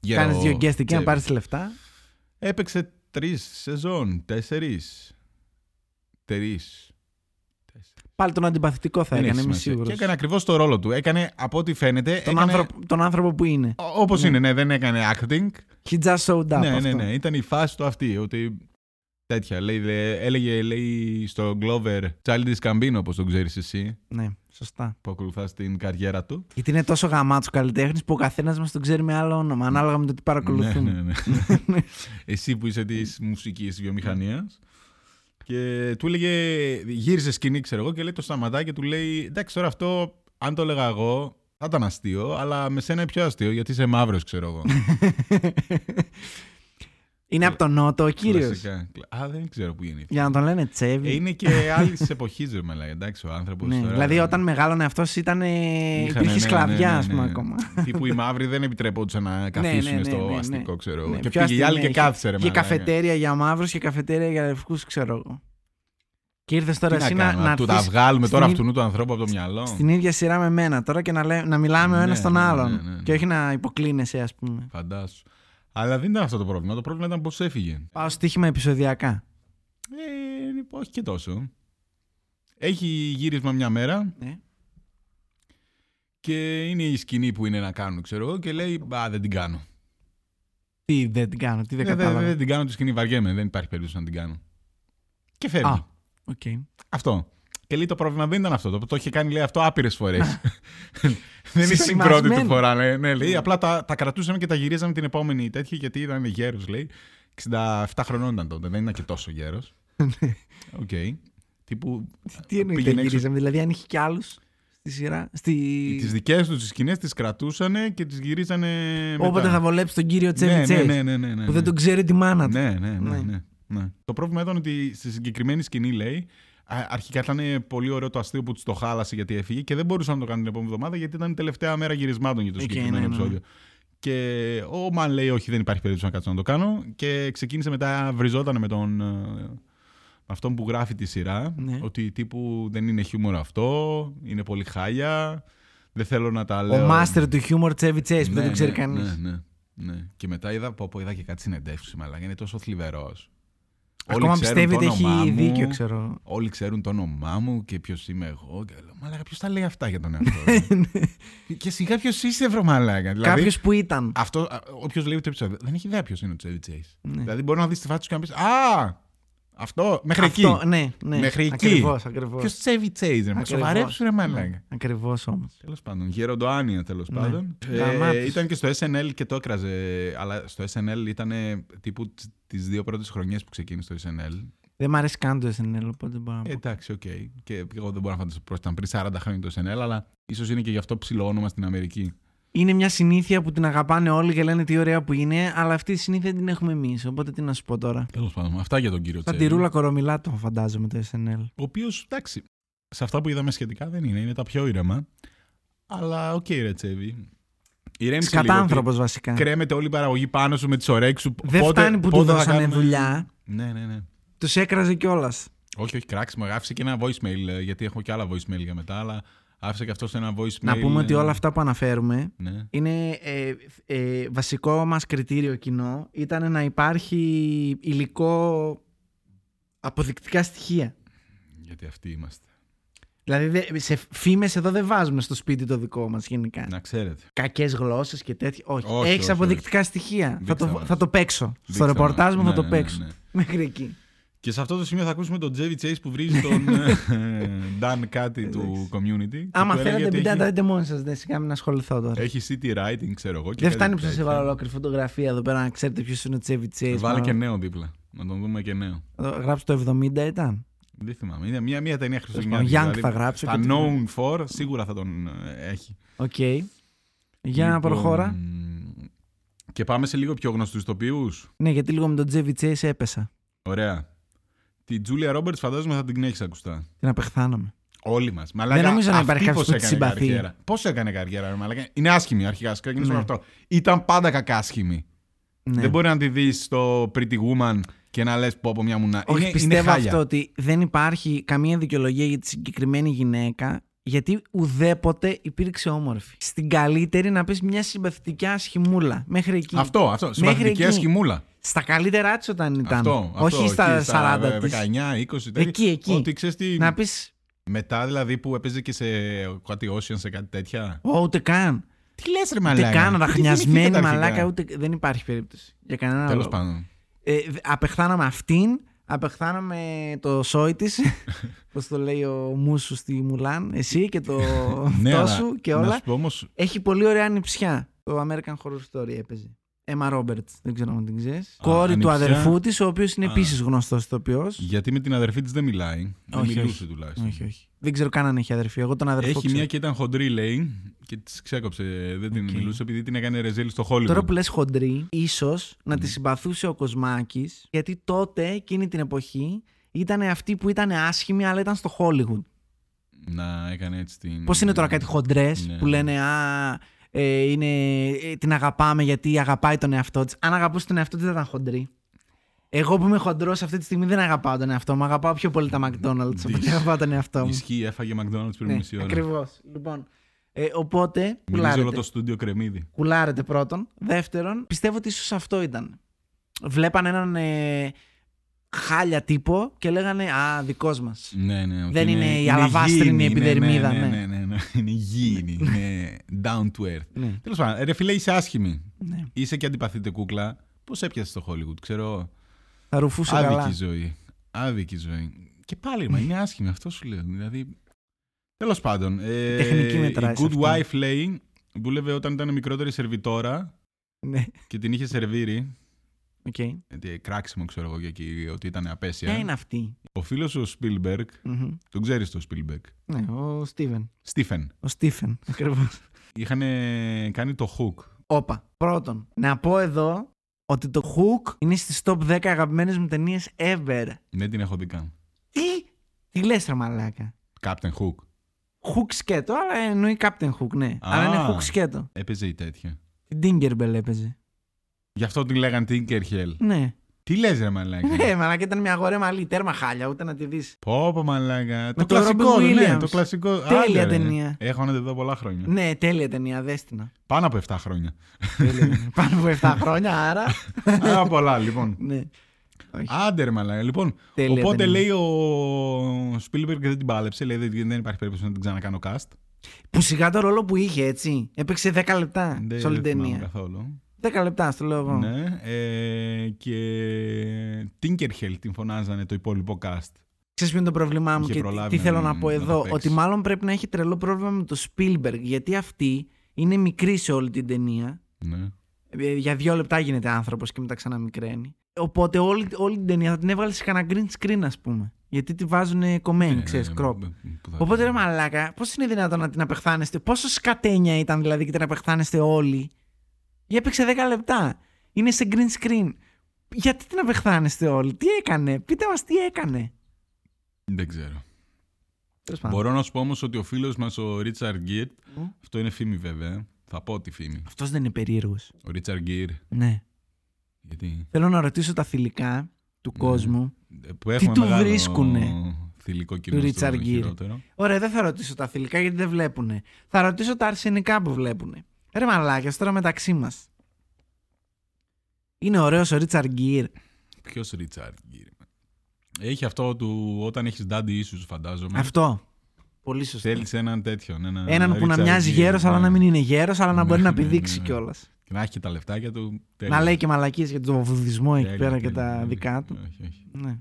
B: Γέρο
A: Κάνει δύο guest εκεί να
B: Τσέβη.
A: πάρεις λεφτά.
B: Έπαιξε τρεις σεζόν, τέσσερις. Τρεις.
A: Πάλι τον αντιπαθητικό θα έκανε, είμαι σίγουρο.
B: Ναι, Και έκανε ακριβώς το ρόλο του. Έκανε, από ό,τι φαίνεται.
A: Τον,
B: έκανε...
A: άνθρωπο, τον άνθρωπο που είναι.
B: Όπω είναι, ναι, δεν έκανε acting.
A: He just showed up.
B: ναι,
A: αυτό.
B: ναι, ναι. Ήταν η φάση του αυτή. Ότι τέτοια. Λέει, λέ- έλεγε, λέει στο Glover Charlie Scambino, όπως τον ξέρεις εσύ,
A: Ναι, σωστά.
B: που ακολουθάς την καριέρα του.
A: Γιατί είναι τόσο γαμάτσο καλλιτέχνης που ο καθένας μας τον ξέρει με άλλο όνομα, ανάλογα με το τι παρακολουθούμε.
B: Ναι, ναι, ναι. εσύ που είσαι της μουσικής βιομηχανίας. Και του έλεγε, γύρισε σκηνή, ξέρω εγώ, και λέει το σταματά και του λέει: Εντάξει, τώρα αυτό, αν το έλεγα εγώ, θα ήταν αστείο, αλλά με σένα είναι πιο αστείο, γιατί είσαι μαύρος, ξέρω
A: *laughs*
B: εγώ.
A: Είναι από τον Νότο ο κύριος.
B: Κλασικά. Α, δεν ξέρω που είναι.
A: Για να τον λένε
B: Ε,
A: Τσέβι.
B: Είναι και άλλη εποχής, ρε μαλάκα. Εντάξει, ο άνθρωπος.
A: Ναι, δηλαδή όταν μεγάλωνε αυτός ήταν. ε,
B: Είχανε,
A: υπήρχε
B: ναι,
A: σκλαβιά,
B: ναι,
A: α πούμε,
B: ναι.
A: ακόμα.
B: Τύπου οι μαύροι δεν επιτρεπόντουσαν να καθίσουν
A: ναι, ναι,
B: στο
A: ναι, ναι.
B: αστικό, ξέρω εγώ.
A: Ναι,
B: και
A: πιο
B: πήγε η άλλη
A: αστεία είχε.
B: και κάθισε, ρε
A: Και
B: μαλάκα.
A: καφετέρια για μαύρους και καφετέρια για λευκούς, ξέρω εγώ. Και ήρθες
B: Τι
A: τώρα
B: να
A: εσύ να,
B: κάνουμε,
A: να
B: του τα
A: έρθεις
B: βγάλουμε τώρα
A: στην-
B: αυτού του ανθρώπου από το μυαλό.
A: στην ίδια σειρά με μένα τώρα και να, λέ, να μιλάμε ο
B: Ναι,
A: ένας τον
B: ναι, ναι,
A: άλλον.
B: ναι, ναι, ναι.
A: Και όχι να υποκλίνεσαι, ας πούμε.
B: Φαντάσου. Αλλά δεν ήταν αυτό το πρόβλημα. Το πρόβλημα ήταν πώς έφυγε.
A: Πάω στοίχημα επεισοδιακά.
B: Ε, όχι και τόσο. Έχει γύρισμα μια μέρα
A: Ναι.
B: και είναι η σκηνή που είναι να κάνουν, ξέρω εγώ, και λέει Α, δεν την
A: Ε,
B: κάνω.
A: Τι δεν την κάνω, τι δεν
B: Ε,
A: κατάλαβα.
B: δεν την κάνω τη σκηνή, βαριέμαι. Δεν υπάρχει περίπτωση να την κάνω. Και φεύγει.
A: Α, οκ.
B: Αυτό. Και λέει το πρόβλημα δεν ήταν αυτό. Το, το είχε κάνει λέει αυτό άπειρες φορές. *laughs* δεν είναι η
A: Συστημασμένο.
B: πρώτη του φορά. Ναι, ναι, λέει. Απλά τα, τα κρατούσαμε και τα γυρίζαμε την επόμενη τέτοια γιατί ήταν γέρος, λέει. 67 χρονών ήταν τότε. Δεν ήταν και τόσο γέρος.
A: *laughs* Ναι.
B: Οκ. Τύπου.
A: Τι εννοείται
B: Πήγαινε έξω.
A: γυρίζαμε, δηλαδή αν είχε κι άλλους στη σειρά. Στη...
B: Τις δικές τους τις σκηνές τις κρατούσανε και τις γυρίζανε. μετά.
A: Όποτε θα βολέψει τον κύριο Τσέβι
B: ναι, ναι,
A: Τσέις,
B: ναι, ναι, ναι, ναι,
A: που δεν τον ξέρει τη μάνα του.
B: ναι, ναι, ναι,
A: Ναι.
B: ναι, ναι, ναι. Το πρόβλημα ήταν ότι στη συγκεκριμένη σκηνή, λέει, α- αρχικά ήταν πολύ ωραίο το αστείο που τους το χάλασε γιατί έφυγε και δεν μπορούσαν να το κάνουν την επόμενη εβδομάδα γιατί ήταν η τελευταία μέρα γυρισμάτων για το
A: Εκεί,
B: συγκεκριμένο
A: ναι, ναι.
B: επεισόδιο. Και ο Μαν λέει: Όχι, δεν υπάρχει περίπτωση να κάτσω να το κάνω. Και ξεκίνησε μετά, βριζόταν με τον. ε, με αυτόν που γράφει τη σειρά.
A: Ναι.
B: Ότι τύπου δεν είναι χιούμορ αυτό, είναι πολύ χάλια. Δεν θέλω να τα
A: Ο
B: λέω.
A: μάστερ του χιούμορ Τσέβι Τσέις που δεν
B: Ναι,
A: τον ξέρει
B: ναι,
A: κανείς.
B: Ναι, ναι, ναι. Και μετά είδα, πω, πω, είδα και κάτι συνεντεύξεις, αλλά είναι τόσο θλιβερός.
A: Ακόμα πιστεύει ότι έχει δίκιο, ξέρω.
B: Όλοι ξέρουν το όνομά μου και ποιος είμαι εγώ. Και λέω, μαλάκα, ποιος τα λέει αυτά
A: *laughs*
B: για τον εαυτό μου.
A: Ναι.
B: και σιγά ποιος είσαι, βρω μαλάκα. Δηλαδή,
A: Κάποιος που ήταν.
B: αυτό, όποιος λέει το επεισόδιο, δεν έχει ιδέα ποιος είναι ο Τσέβι Τσέι.
A: Ναι.
B: Δηλαδή, μπορεί να δεις τη φάση του και να πεις Α! Αυτό, μέχρι
A: Αυτό,
B: εκεί.
A: ναι, ναι.
B: Μέχρι εκεί.
A: Ακριβώς, ακριβώς.
B: Ποιος Τσέβι Τσέι, ρε μα
A: Ακριβώς.
B: σοβαρέψου, ρε μαλάκα.
A: Ακριβώς όμως.
B: Τέλος πάντων. Γεροντοάνια τέλος
A: Ναι.
B: πάντων.
A: Γαμάτος.
B: Ε, ήταν και στο SNL και το έκραζε. Αλλά στο SNL ήταν τύπου τις δύο πρώτες χρονιές που ξεκίνησε το SNL.
A: Δεν μ' αρέσει καν το SNL, οπότε δεν μπορώ να πω.
B: Ε, εντάξει, οκ. Και εγώ δεν μπορώ να φανταστώ πώς ήταν πριν 40 χρόνια το SNL, αλλά ίσως είναι και γι' αυτό ψηλό όνομα στην Αμερική.
A: Είναι μια συνήθεια που την αγαπάνε όλοι και λένε τι ωραία που είναι, αλλά αυτή τη συνήθεια την έχουμε εμείς. Οπότε τι να σου πω τώρα.
B: Τέλος πάντων. Αυτά για τον κύριο
A: Σαν
B: Τσέλη.
A: τη ρούλα κορομιλάτο, φαντάζομαι το SNL.
B: Ο οποίος, εντάξει, σε αυτά που είδαμε σχετικά δεν είναι. Είναι τα πιο ήρεμα. Αλλά οκ, ρε Τσέβη. Ηρέμησε λίγο.
A: Σκατάνθρωπο βασικά.
B: Κρέμεται όλη η παραγωγή πάνω σου με τις ωρέξει σου.
A: ε. Δεν
B: Πότε-
A: φτάνει που του
B: πότε θα
A: δώσανε
B: κάνουμε-
A: δουλειά.
B: Ναι, ναι, ναι.
A: Τους έκραζε κιόλας.
B: Όχι, όχι, κράξιμο. Άφησε και ένα voicemail, ε, γιατί έχω και άλλα voicemail για μετά, αλλά άφησε και αυτό ένα voicemail.
A: Να πούμε ότι
B: ε,
A: όλα αυτά που αναφέρουμε
B: Ναι.
A: είναι ε, ε, βασικό μας κριτήριο κοινό ήταν να υπάρχει υλικό αποδεικτικά στοιχεία.
B: Γιατί αυτοί είμαστε.
A: Δηλαδή δε- σε φήμες εδώ δεν βάζουμε στο σπίτι το δικό μας γενικά.
B: Να ξέρετε.
A: Κακές γλώσσες και τέτοια. Όχι.
B: Ναι. Όχι,
A: Έχεις
B: όχι,
A: αποδεικτικά στοιχεία. Θα το,
B: μας.
A: θα το παίξω. Στο
B: Δείξτε
A: ρεπορτάζ
B: μας.
A: μου
B: Ναι,
A: θα το
B: ναι,
A: παίξω.
B: ναι.
A: *laughs* Μέχρι εκεί.
B: Και σε αυτό το σημείο θα ακούσουμε τον Τζέβι Chase που βρίζει
A: *laughs*
B: τον ε, Dan κάτι του community. και
A: Άμα
B: του έλεγε
A: θέλετε
B: ότι
A: πείτε να τα
B: έχει-
A: δείτε μόνοι σας. Δεν σιγά μην ασχοληθώ τώρα.
B: Έχει city writing, ξέρω εγώ. και
A: δεν
B: κάτι
A: φτάνει που σας
B: τέτοια.
A: έβαλα ολόκληρη φωτογραφία εδώ πέρα να ξέρετε ποιος είναι ο Τσέβι Τσέις.
B: Ε, Βάλε
A: μάλλον.
B: και νέο δίπλα. Να τον δούμε και νέο.
A: Γράψτε το 70 ήταν.
B: Δεν θυμάμαι. Είναι μια, μια ταινία
A: Young
B: Χριστουγεννιάτικη. δηλαδή.
A: θα γράψω.
B: Στα
A: και τι-
B: known for σίγουρα θα τον ε, έχει.
A: Οκ. Για να
B: Λοιπόν,
A: προχώρα.
B: Και πάμε σε λίγο πιο γνωστούς ηθοποιού.
A: Ναι, γιατί λίγο με τον Τζέβι Τσέις έπεσα.
B: Ωραία. Τη Τζούλια Ρόμπερτ φαντάζομαι θα την έχεις ακουστά.
A: Την απεχθάνομαι.
B: Όλοι μας. Μαλάκα,
A: Δεν νομίζω να
B: αυτή
A: υπάρχει κάποιος
B: πώς
A: που τη
B: έκανε
A: συμπαθεί.
B: καριέρα. Πώς έκανε καριέρα, ρε Μαλάκα. Είναι άσχημη αρχικά. Ας ξεκινήσουμε
A: Ναι.
B: με αυτό. Ήταν πάντα κακάσχημη.
A: Ναι.
B: Δεν μπορεί να τη δεις στο Pretty Woman και να λες πω από μια μουνά.
A: Όχι,
B: είναι,
A: πιστεύω
B: είναι χάλια.
A: αυτό ότι δεν υπάρχει καμία δικαιολογία για τη συγκεκριμένη γυναίκα. Γιατί ουδέποτε υπήρξε όμορφη. Στην καλύτερη να πεις μια συμπαθητική ασχημούλα. Μέχρι εκεί.
B: Αυτό, αυτό. Συμπαθητική
A: εκεί.
B: ασχημούλα.
A: Στα καλύτερά τη όταν ήταν.
B: Αυτό, αυτό.
A: Όχι στα
B: εκεί
A: 40 της.
B: 19, 20, τέτοια.
A: Εκεί, εκεί.
B: Ότι ξέρεις τι.
A: Να πεις.
B: Μετά δηλαδή που έπαιζε και σε κάτι Ocean, σε κάτι τέτοια.
A: Ούτε καν.
B: Τι λες, ρε
A: Ούτε
B: Μαλάκα. *laughs* ναι.
A: καν.
B: Τι
A: Ραχνιασμένη
B: γεννηθήκατε
A: μαλάκα.
B: αρχικά.
A: Ούτε... Δεν υπάρχει περίπτωση. Για κανένα
B: Τέλο
A: λόγο.
B: πάντων.
A: Ε, δε- απεχθάνομαι αυτήν, απεχθάνομαι το σόι
B: *laughs*
A: της. Πώς το λέει ο Μούσου στη Μουλάν, εσύ και
B: *laughs*
A: το αυτό
B: Ναι, αλλά
A: σου και
B: Να
A: όλα.
B: σου πω όμως.
A: Έχει πολύ ωραία ανιψιά. Το American Horror Story έπαιζε. Έμα Ρόμπερτ, δεν ξέρω αν την ξέρεις. Κόρη του
B: ανιψιά.
A: αδερφού της, ο οποίος είναι
B: Α.
A: επίσης γνωστός ηθοποιός.
B: Γιατί με την αδερφή της δεν μιλάει. Δεν
A: Όχι,
B: μιλούσε
A: όχι.
B: τουλάχιστον.
A: Όχι, όχι. Δεν ξέρω καν αν έχει αδερφή. Εγώ τον αδερφό
B: Έχει
A: ξέρω.
B: μια και ήταν χοντρή, λέει, και της ξέκοψε. Δεν την
A: Οκ.
B: μιλούσε επειδή την έκανε ρεζίλ στο Hollywood.
A: Τώρα που λες χοντρή, ίσως να τη συμπαθούσε ο Κοσμάκης, γιατί τότε, εκείνη την εποχή, ήταν αυτή που ήταν άσχημη, αλλά ήταν στο Hollywood.
B: Να έκανε έτσι την.
A: Πώς είναι τώρα κάτι χοντρές
B: Ναι.
A: που λένε Α, ε, είναι, ε, την αγαπάμε γιατί αγαπάει τον εαυτό της. Αν αγαπούσε τον εαυτό της, δεν θα ήταν χοντρή. Εγώ που είμαι χοντρός αυτή τη στιγμή δεν αγαπάω τον εαυτό μου. Αγαπάω πιο πολύ τα McDonald's από ότι
B: Δυσ-
A: αγαπάω τον εαυτό μου. Ναι,
B: Ισχύει, έφαγε McDonald's πριν μισή ώρα.
A: Ακριβώς. Λοιπόν, Ε, οπότε.
B: Μυρίζει όλο
A: κουλάρετε.
B: το στούντιο κρεμμύδι.
A: Κουλάρετε πρώτον. Δεύτερον, πιστεύω ότι ίσως αυτό ήταν. Βλέπαν έναν ε, χάλια τύπο και λέγανε Α, δικός μας.
B: Ναι, ναι. ότι
A: Δεν είναι η
B: είναι
A: αλαβάστρινη
B: γήινη, είναι,
A: επιδερμίδα,
B: Ναι, ναι,
A: ναι.
B: ναι. ναι, ναι. Είναι γήινη. Είναι down to earth.
A: Ναι.
B: Τέλος πάντων, ε, ρε φίλε, είσαι άσχημη.
A: ναι.
B: Είσαι και αντιπαθείτε κούκλα. Πώς έπιασες το Hollywood, ξέρω εγώ.
A: Θα ρουφούσε
B: Άδικη
A: καλά.
B: ζωή. Άδικη ζωή. Και πάλι, μα είναι άσχημη, αυτό σου λέω. Δηλαδή. Τέλος πάντων. Ε,
A: τεχνική μετράει
B: Η
A: σε
B: Good
A: αυτό.
B: Wife λέει, δούλευε όταν ήταν μικρότερη σερβιτόρα
A: Ναι.
B: και την είχε σερβίρει.
A: Οκ.
B: Γιατί κράξιμο, ξέρω εγώ, και εκεί ότι ήταν απέσια.
A: Ποια Ναι, είναι αυτή.
B: Ο φίλος ο Spielberg,
A: Μμμ.
B: τον ξέρεις τον Spielberg.
A: Ναι, ο Στίβεν.
B: Στίφεν.
A: Ο *laughs* Στίφεν, ακριβώ.
B: Είχαν κάνει το hook.
A: Όπα. Πρώτον, να πω εδώ ότι το Hook είναι στις top 10 αγαπημένες μου ταινίες ever.
B: Δεν Ναι, την έχω δει καν.
A: Τι! Τι λες ρε μαλάκα.
B: Captain Hook.
A: Hook σκέτο, αλλά εννοεί Captain Hook, ναι. Αλλά είναι Hook σκέτο.
B: Έπαιζε η τέτοια.
A: Την Tinkerbell έπαιζε.
B: Γι' αυτό την λέγανε Tinkerhell.
A: Ναι.
B: Τι λες ρε μαλάκα.
A: Ναι, μαλάκα ήταν μια αγορέ μαλλί, τέρμα χάλια, ούτε να τη δεις.
B: Πω, πω μαλάκα. το,
A: το
B: κλασικό,
A: Robin
B: ναι,
A: Williams.
B: το κλασικό.
A: Τέλεια
B: Άντε, ρε.
A: ταινία.
B: Έχω να τη δω πολλά χρόνια.
A: Ναι, τέλεια ταινία, δέστηνα.
B: Πάνω από 7
A: *laughs*
B: χρόνια.
A: Τέλεια ταινία. Πάνω από *laughs* 7 χρόνια, άρα.
B: Α, πολλά, λοιπόν.
A: ναι. Όχι.
B: Άντερ, μαλάκα. Λοιπόν,
A: Τέλεια
B: οπότε
A: ταινία.
B: λέει ο Spielberg δεν την πάλεψε. Λέει δεν δεν υπάρχει περίπτωση να την ξανακάνω cast.
A: Που σιγά το ρόλο που είχε, έτσι. Έπαιξε 10 λεπτά
B: Δεν
A: σε όλη την
B: δεν θυμάμαι
A: ταινία.
B: καθόλου.
A: 10 λεπτά, στο λέω εγώ.
B: Ναι. Ε, και Tinkerhell την φωνάζανε το υπόλοιπο cast.
A: Ξέρεις ποιο είναι το πρόβλημά μου
B: Είχε
A: και τι-
B: προλάβει
A: τι
B: να-
A: θέλω να πω
B: να τα
A: εδώ.
B: παίξει.
A: Ότι μάλλον πρέπει να έχει τρελό πρόβλημα με το Spielberg. Γιατί αυτή είναι μικρή σε όλη την ταινία.
B: Ναι.
A: Ε, Για δύο λεπτά γίνεται άνθρωπος και μετά ξαναμικραίνει. Οπότε όλη, όλη την ταινία θα την έβγαλες σε κανένα green screen, ας πούμε. Γιατί τη βάζουν κομμένη, ξέρεις,
B: Ε,
A: κροπ.
B: που θα-
A: Οπότε ρε μαλάκα, πώς είναι δυνατόν να την απεχθάνεστε, πόσο σκατένια ήταν δηλαδή και την απεχθάνεστε όλοι. Για έπαιξε 10 λεπτά. Είναι σε green screen. Γιατί την απεχθάνεστε όλοι, τι έκανε, πείτε μας τι έκανε.
B: Δεν ξέρω.
A: Τέλος πάντων.
B: Μπορώ να σου πω όμως ότι ο φίλος μας ο Ρίτσαρντ Γκίρ,
A: Μμ.
B: αυτό είναι φήμη βέβαια. Θα πω τη φήμη.
A: Αυτός δεν είναι περίεργος.
B: Ο Ρίτσαρντ Γκίρ,
A: Ναι.
B: γιατί.
A: Θέλω να ρωτήσω τα θηλυκά του
B: Ναι.
A: κόσμου.
B: ε, Που έχουμε
A: του
B: μεγάλο
A: βρίσκουνε,
B: Θηλυκό κοινό.
A: του
B: στο
A: Richard Gere.
B: χειρότερο.
A: Ωραία, δεν θα ρωτήσω τα θηλυκά γιατί δεν βλέπουνε. Θα ρωτήσω τα αρσενικά που βλέπουνε. Ρε μαλάκια, τώρα μεταξύ μας. Είναι ωραίος ο Ρίτσαρ Γκίρ.
B: Ποιος Ρίτσαρντ Γκίρ. Έχει αυτό του όταν έχεις daddy issues, φαντάζομαι.
A: Αυτό. Πολύ σωστό.
B: Θέλεις έναν τέτοιον. δηλαδή Έναν,
A: Έναν που να
B: Richard
A: μοιάζει
B: Gere,
A: γέρος, αλλά
B: ναι.
A: να μην είναι γέρος, αλλά να
B: Ναι,
A: μπορεί να
B: ναι, ναι,
A: πηδήξει
B: ναι.
A: κιόλας.
B: Και να έχει και τα λεφτάκια του.
A: Να λέει και μαλακίες για τον βουδισμό εκεί πέρα και τα δικά του.
B: Όχι, όχι.
A: Ναι.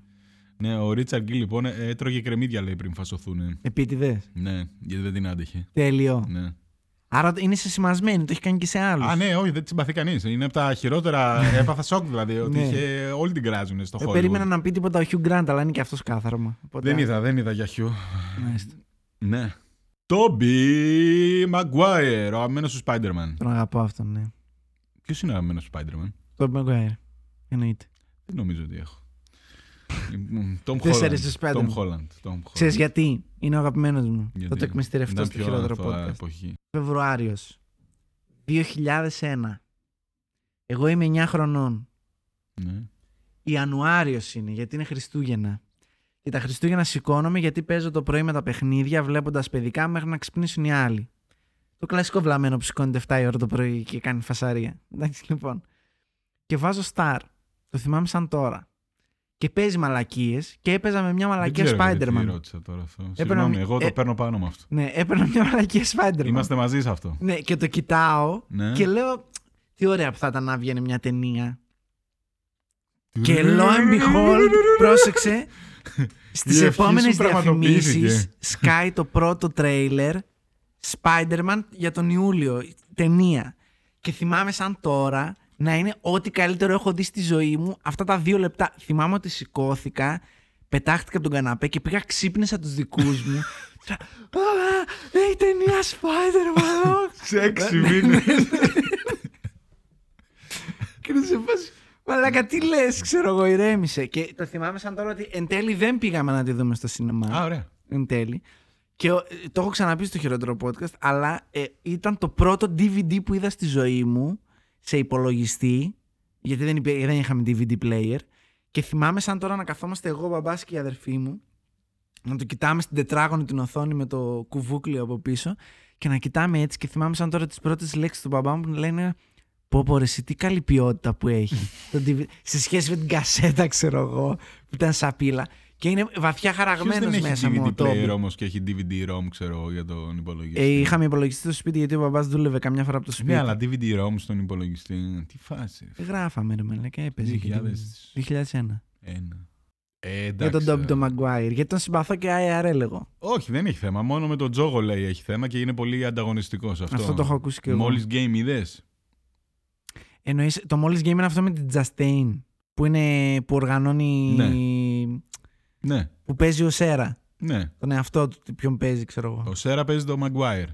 B: Ναι, ο Ρίτσαρντ Γκίρ λοιπόν ε, έτρωγε κρεμμύδια λέει πριν φασωθούν.
A: Επίτηδες.
B: Ναι, γιατί δεν την άντεχε.
A: Τέλειο.
B: Ναι.
A: Άρα είναι σεσημασμένη, το έχει κάνει και σε άλλους.
B: Α, ναι, όχι, δεν τη συμπαθεί κανείς. Είναι από τα
A: *laughs*
B: χειρότερα. Έπαθα σοκ δηλαδή. Ότι
A: Ναι.
B: είχε, όλοι την κράζουν στο
A: Ε,
B: χώρο.
A: περίμενα να πει τίποτα ο Χιου Γκραντ, αλλά είναι και αυτός κάθαρμα. Οπότε-
B: Δεν είδα, δεν είδα για χιού.
A: Μάλιστα.
B: Ναι. Τόμπι Μαγκουάιερ, ο αγαπημένος του Spider-Man.
A: Τον αγαπώ αυτόν, ναι.
B: Ποιος είναι ο αγαπημένος του Spider-Man,
A: Τον Μαγκουάιρ. Εννοείται.
B: δεν νομίζω ότι έχω. Λοιπόν, Tom
A: Δεν σ'
B: Holland.
A: άρεσε το
B: Tom
A: Spider-Man.
B: Holland. Tom Holland.
A: Ξέρεις γιατί. Είναι ο αγαπημένος μου.
B: Γιατί
A: Θα το εκμυστηρευτώ
B: ήταν
A: στο
B: πιο
A: χειρότερο
B: αθώα
A: podcast.
B: εποχή.
A: Φεβρουάριος 2001. Εγώ είμαι 9 χρονών.
B: Ναι.
A: Ιανουάριος είναι, γιατί είναι Χριστούγεννα. Και τα Χριστούγεννα σηκώνομαι γιατί παίζω το πρωί με τα παιχνίδια, βλέποντας παιδικά μέχρι να ξυπνήσουν οι άλλοι. Το κλασικό βλαμμένο που σηκώνεται 7 η ώρα το πρωί και κάνει φασαρία. Εντάξει λοιπόν. Και βάζω Star. Το θυμάμαι σαν τώρα. Και παίζει μαλακίες και έπαιζα με μια
B: Δεν
A: μαλακία
B: ξέρω γιατί
A: Spider-Man.
B: ρώτησα τώρα αυτό. Συγγνώμη,
A: μια-
B: εγώ το
A: ε,
B: παίρνω πάνω με αυτό.
A: Ναι, έπαιρνα μια μαλακία Spider-Man.
B: Είμαστε μαζί σε αυτό.
A: Ναι, και το κοιτάω
B: Ναι.
A: και λέω. Τι ωραία που θα ήταν να βγαίνει μια ταινία. Και lo and
B: *laughs*
A: behold, πρόσεξε, στις
B: Η ευχή σου
A: επόμενες
B: πραγματοποιήθηκε.
A: διαφημίσεις σκάει το πρώτο τρέιλερ Spider-Man για τον Ιούλιο, η ταινία. Και θυμάμαι σαν τώρα να είναι ό,τι καλύτερο έχω δει στη ζωή μου αυτά τα δύο λεπτά. Θυμάμαι ότι σηκώθηκα, πετάχτηκα από τον καναπέ και πήγα ξύπνησα τους δικούς
B: *laughs*
A: μου. Τρα- «Α, ναι, η ταινία Spider-Man.
B: Σε έξι
A: *laughs* Ναι,
B: μήνες.
A: Και να σε φάση. Μαλάκα, τι λες, ξέρω εγώ, ηρέμησε. Και το θυμάμαι σαν τώρα ότι εν τέλει δεν πήγαμε να τη δούμε στο σινεμά.
B: Α, ωραία.
A: Εν τέλει. Και ο- ε, το έχω ξαναπεί στο χειρότερο podcast, αλλά ε, ήταν το πρώτο DVD που είδα στη ζωή μου σε υπολογιστή. Γιατί δεν, υπήρχε- δεν είχαμε DVD player. Και θυμάμαι σαν τώρα να καθόμαστε εγώ, ο μπαμπάς και η αδερφή μου, να το κοιτάμε στην τετράγωνη την οθόνη με το κουβούκλιο από πίσω και να κοιτάμε έτσι και θυμάμαι σαν τώρα τις πρώτες λέξεις του μπαμπά μου που λένε πω πω ρε εσύ, τι καλή ποιότητα που
B: *laughs*
A: έχει το DVD σε σχέση με την κασέτα ξέρω εγώ που ήταν σαπίλα και είναι βαθιά
B: Ποιος δεν
A: χαραγμένος
B: έχει
A: μέσα μου ο
B: DVD
A: Τόμπι.
B: player όμως και έχει DVD-ROM, ξέρω εγώ, για τον υπολογιστή.
A: Ε, είχαμε υπολογιστή στο σπίτι γιατί ο μπαμπάς δούλευε καμιά φορά από το σπίτι. Ε,
B: Ναι, αλλά DVD-ROM στον υπολογιστή. ε, Τι φάση. ρε.
A: Γράφαμε ρε μαλάκα, έπαιζε. και
B: 2001.
A: DVD. 2001.
B: Ε,
A: Για
B: εντάξει,
A: τον Τόμπι
B: ρε.
A: τον Maguire. Γιατί τον συμπαθώ και IRL εγώ.
B: Όχι, δεν έχει θέμα. Μόνο με τον Τζόγο λέει έχει θέμα και είναι πολύ ανταγωνιστικός αυτό.
A: Αυτό το έχω ακούσει και εγώ.
B: Μόλις game είδες.
A: Εννοείς, το μόλις game είναι αυτό με την Justin που, είναι, που οργανώνει...
B: Ναι. Ναι,
A: που παίζει ο Σέρα.
B: ναι.
A: Τον εαυτό του, τι- ποιον παίζει ξέρω εγώ.
B: Ο Σέρα παίζει τον Maguire.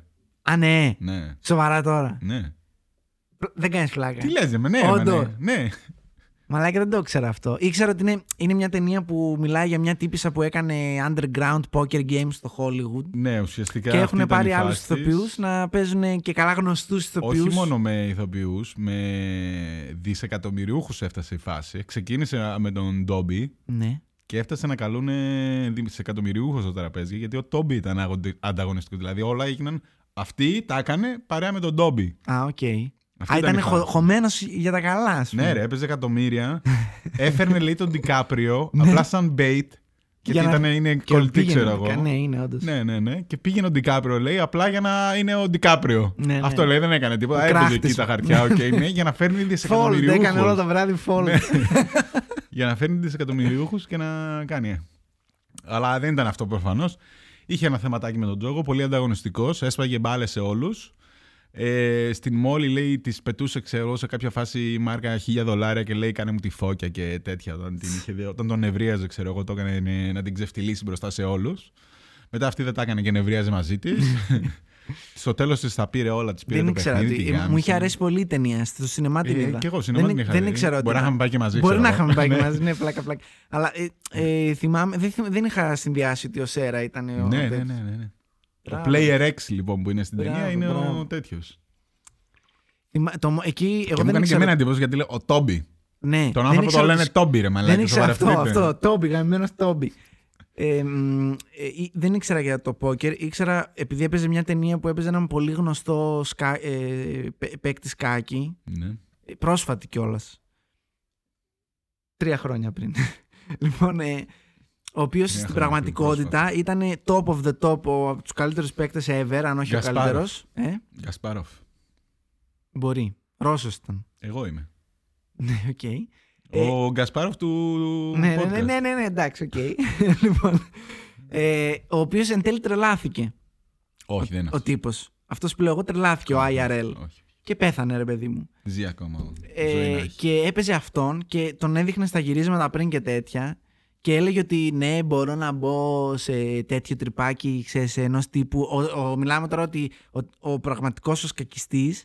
A: Α ναι,
B: Ναι,
A: σοβαρά τώρα.
B: ναι.
A: Πλα- Δεν κάνεις φλάκα.
B: Τι λες, ρε, με ναι, ρε, με
A: Όντως.
B: ναι. ναι.
A: Μαλάκα δεν το ήξερα αυτό. Ήξερα ότι είναι, είναι μια ταινία που μιλάει για μια τύπησα που έκανε underground poker games στο Hollywood.
B: Ναι,
A: και
B: ουσιαστικά. αυτή
A: έχουν
B: ήταν η
A: πάρει άλλους
B: φάση της.
A: ηθοποιούς να παίζουν και καλά γνωστούς ηθοποιούς.
B: Όχι μόνο με ηθοποιούς, με δισεκατομμυριούχους έφτασε η φάση. Ξεκίνησε με τον Ντόμπι
A: Ναι.
B: και έφτασε να καλούν δισεκατομμυριούχου στο τραπέζι, γιατί ο Ντόμπι ήταν άγοντι- ανταγωνιστικός. Δηλαδή όλα έγιναν. Αυτή τα έκανε παρέα με τον Ντόμπι.
A: Α, οκ.
B: Αυτή
A: Α,
B: ήταν
A: ήταν
B: η φάση.
A: χωμένος για τα καλά, ας πούμε.
B: Ναι, ρε, έπαιζε
A: *laughs*
B: εκατομμύρια. Έφερνε λέει τον Ντικάπριο, απλά σαν bait. Και
A: Ναι. Για να-
B: ήταν, είναι
A: Και
B: κολλητή,
A: πήγαινε
B: ξέρω
A: τελικά.
B: εγώ.
A: Ναι, είναι όντως.
B: Ναι, ναι, ναι. Και πήγαινε ο Ντικάπριο, λέει, απλά για να είναι ο Ντικάπριο.
A: Ναι, ναι.
B: Αυτό λέει, δεν έκανε
A: Ο
B: τίποτα. Έπαιζε εκεί
A: κράχτης.
B: τα χαρτιά,
A: *laughs*
B: οκ, ναι, για να
A: Fold,
B: φέρνει
A: έκανε όλο
B: δισεκατομμυριούχου.
A: το βράδυ fold.
B: για να φέρνει δισεκατομμυριούχους και να κάνει. ε. Αλλά δεν ήταν αυτό προφανώς. Είχε ένα θεματάκι με τον Τζόγο, πολύ ανταγωνιστικός, έσπαγε μπάλες σε όλους. Ε, στην μόλη λέει τη πετούσε, ξέρω, σε κάποια φάση η μάρκα χίλια δολάρια και λέει κάνε μου τη φώκια και τέτοια. Όταν, την είχε δει- όταν τον νευρίαζε, ξέρω εγώ, το έκανε ε, να την ξεφτυλίσει μπροστά σε όλους. Μετά αυτή δεν τα έκανε και νευρίαζε μαζί της.
A: *laughs*
B: Στο τέλος της τα πήρε όλα, της πήρε
A: Δεν
B: το
A: ήξερα.
B: παιχνίδι,
A: ότι-
B: τη
A: Μου
B: γάμισε.
A: είχε αρέσει πολύ η ταινία. Στο σινεμά την
B: Ε,
A: είδα.
B: κι εγώ, σινεμά
A: δεν,
B: την είχα
A: δεν
B: δει.
A: ήξερα ότι
B: Μπορεί να
A: ήταν.
B: είχαμε πάει και μαζί,
A: Μπορεί
B: ξέρω
A: να
B: εγώ.
A: είχαμε πάει
B: *laughs*
A: και
B: Ναι.
A: μαζί. Ναι, πλάκα, πλάκα. Αλλά ε, ε, θυμάμαι, δεν, θυμ- δεν είχα συνδυάσει ότι ο Σέρα ήταν Ε, ο.
B: Ναι, ναι,
A: τέτοιος.
B: ναι, ναι, ναι. Το
A: Μπράβο.
B: Player X λοιπόν που είναι στην ταινία
A: Μπράβο,
B: είναι ο
A: μπράβο.
B: τέτοιος.
A: Θυμά- το μο- Εκεί
B: Και
A: εγώ
B: μου
A: δεν
B: έκανε και
A: ήξερα.
B: εμένα εντύπωση γιατί λέει ο Τόμπι.
A: Ναι,
B: Τον
A: δεν
B: άνθρωπο το
A: ήξερα
B: λένε
A: τους-
B: Τόμπι, ρε
A: Δεν
B: μαλάκι.
A: ήξερα αυτό, αυτό. Τόμπι, γαμμένο Τόμπι. Ε, μ, ε, ή- δεν ήξερα για το πόκερ. Ήξερα επειδή έπαιζε μια ταινία που έπαιζε έναν πολύ γνωστό σκα, ε, παι- παίκτη σκάκι.
B: Ναι.
A: Ε, Πρόσφατη κιόλας. Τρία χρόνια πριν. *laughs* λοιπόν, ε, ο οποίος
B: Τρία
A: στην
B: χρόνια πριν,
A: πραγματικότητα ήταν top of the top, ο, από τους καλύτερους παίκτες ever, αν όχι ο
B: Γκασπάροφ.
A: καλύτερος. Ε,
B: Γκασπάροφ.
A: μπορεί. Ρώσος ήταν. *laughs*
B: Εγώ είμαι.
A: Ναι, οκ. Ε,
B: Ο Γκασπάροφ του.
A: ναι, ναι,
B: podcast.
A: ναι, ναι, ναι, ναι, εντάξει, οκ. *laughs* λοιπόν, ε, ο οποίος εν τέλει τρελάθηκε
B: Όχι, δεν είναι
A: ο
B: αυτός.
A: τύπος. Αυτός που λέω εγώ τρελάθηκε, ο IRL.
B: Όχι.
A: Και πέθανε, ρε παιδί μου.
B: Ζει ακόμα.
A: Ε,
B: Ζωή να έχει.
A: και έπαιζε αυτόν και τον έδειχνε στα γυρίσματα πριν και τέτοια. Και έλεγε ότι ναι, μπορώ να μπω σε τέτοιο τρυπάκι, ξέρεις, ενός τύπου. Ο, ο- μιλάμε τώρα ότι ο, ο πραγματικός ο σκακιστής,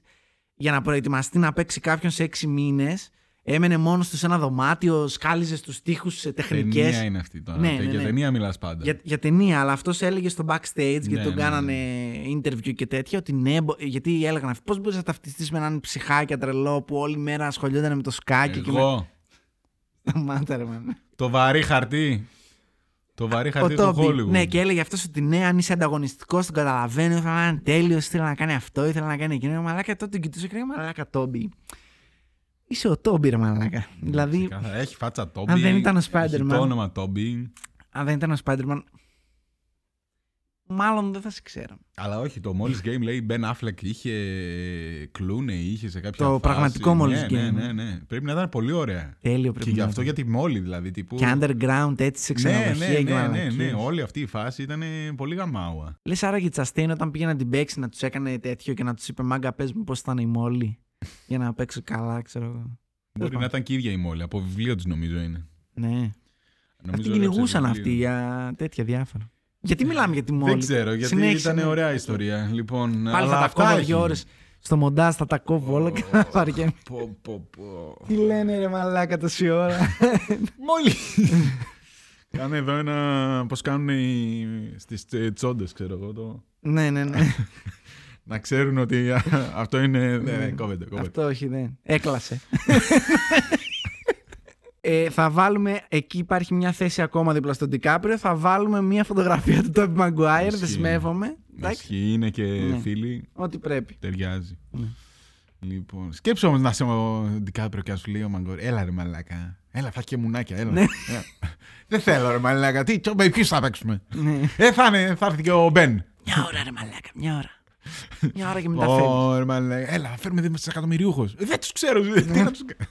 A: για να προετοιμαστεί να παίξει κάποιον σε έξι μήνες, έμενε μόνος τους σε ένα δωμάτιο, σκάλιζε στους τοίχου σε τεχνικές.
B: Ταινία είναι αυτή τώρα.
A: Ναι,
B: Τε-
A: ναι,
B: Για
A: ναι.
B: ταινία μιλάς πάντα.
A: Για, για ταινία, αλλά αυτός έλεγε στο backstage, γιατί
B: Ναι,
A: τον
B: ναι,
A: κάνανε interview και τέτοια, ότι ναι, μπο- γιατί έλεγαν αυτοί, πώς μπορείς να ταυτιστείς με έναν ψυχάκια τρελό που όλη μέρα ασχολιόταν με το σκάκι και με.
B: Εγώ.
A: *laughs* Σταμάτα, ρε, μάνα.
B: Το βαρύ χαρτί. Το βαρύ χαρτί
A: Ο
B: του
A: Τόμπι.
B: Hollywood.
A: Ναι, και έλεγε αυτός ότι ναι, αν είσαι ανταγωνιστικός, τον καταλαβαίνω. Ήθελα να είναι τέλειος, ήθελα να κάνει αυτό, ήθελα να κάνει εκείνο. Μαλάκα τότε τον κοιτούσε και λέει Μαλάκα Τόμπι. Είσαι ο Τόμπι, ρε
B: Ναι,
A: Μαλάκα. δηλαδή,
B: Ξεκάθαρα. Έχει φάτσα Τόμπι.
A: αν δεν ήταν ο
B: έχει
A: Spider-Man.
B: Το όνομα Τόμπι.
A: αν δεν ήταν ο Spider-Man, μάλλον δεν θα σε ξέρω.
B: Αλλά όχι, το Molly's
A: Ναι.
B: Game λέει Μπεν Affleck είχε κλούνε, είχε σε κάποια
A: Το
B: φάση.
A: πραγματικό Molly's
B: ναι, Ναι,
A: Game.
B: ναι, ναι. Πρέπει να ήταν πολύ ωραία.
A: Τέλειο πρέπει
B: και
A: να
B: γι' αυτό
A: ήταν.
B: για τη Molly δηλαδή. Τύπου...
A: Και underground έτσι σε
B: ναι,
A: ξενοδοχεία
B: ναι,
A: και
B: ναι, ναι, ναι,
A: μαλακίες.
B: όλη αυτή η φάση ήταν πολύ γαμάουα.
A: Λες άρα για Τσαστέιν όταν πήγε να την παίξει να τους έκανε τέτοιο και να τους είπε μάγκα πες μου πώς ήταν η μόλη για να παίξω καλά ξέρω εγώ.
B: Μπορεί να ήταν και η ίδια η Molly, από βιβλίο της νομίζω είναι.
A: Ναι.
B: Νομίζω
A: Αυτοί
B: έγραψε
A: κυνηγούσαν
B: βιβλίο.
A: αυτοί για τέτοια διάφορα. Γιατί μιλάμε για τη μόλη.
B: Δεν ξέρω, γιατί
A: Συνέχισε,
B: ήταν
A: ναι.
B: ωραία ιστορία. Λοιπόν,
A: Πάλι
B: αλλά
A: θα τα
B: αυτά
A: κόβω
B: έχει.
A: δύο ώρες στο μοντάζ, θα τα κόβω όλα και θα βαριέμαι.
B: Πω, πω, πω.
A: Τι λένε ρε μαλάκα τόση ώρα.
B: Μόλι. Κάνε εδώ ένα. Πώς κάνουν οι... στις τσόντες, ξέρω εγώ. Το...
A: ναι, ναι, ναι.
B: Να ξέρουν ότι α, Ναι.
A: ναι.
B: *laughs* αυτό είναι. Ναι, ναι, κόβεται, κόβεται.
A: Αυτό όχι δεν. Έκλασε. Ε, θα βάλουμε, εκεί υπάρχει μια θέση ακόμα δίπλα στον Τικάπριο, θα βάλουμε μια φωτογραφία του Τόμπι Μαγκουάιρ,
B: Ισχύει.
A: δεσμεύομαι. Εντάξει,
B: Ισχύει, είναι και
A: Ναι.
B: φίλοι,
A: ό,τι πρέπει.
B: ταιριάζει.
A: Ναι.
B: Λοιπόν, σκέψου όμως να είσαι ο Ντικάπριο και να σου λέει ο Μαγκόρ, έλα ρε μαλάκα. Έλα, θα και μουνάκια, έλα.
A: Ναι.
B: έλα. Δεν θέλω ρε μαλάκα. Τι, με ποιους θα παίξουμε.
A: Ναι.
B: ε, θα, είναι, θα έρθει και ο Μπεν.
A: Μια ώρα ρε μαλάκα, μια ώρα. Μια ώρα και μετά φεύγεις.
B: Ω, ρε μαλάκα. Έλα, θα φέρουμε δισεκατομμυριούχου. Δεν τους ξέρω. Τι να τους κάνω.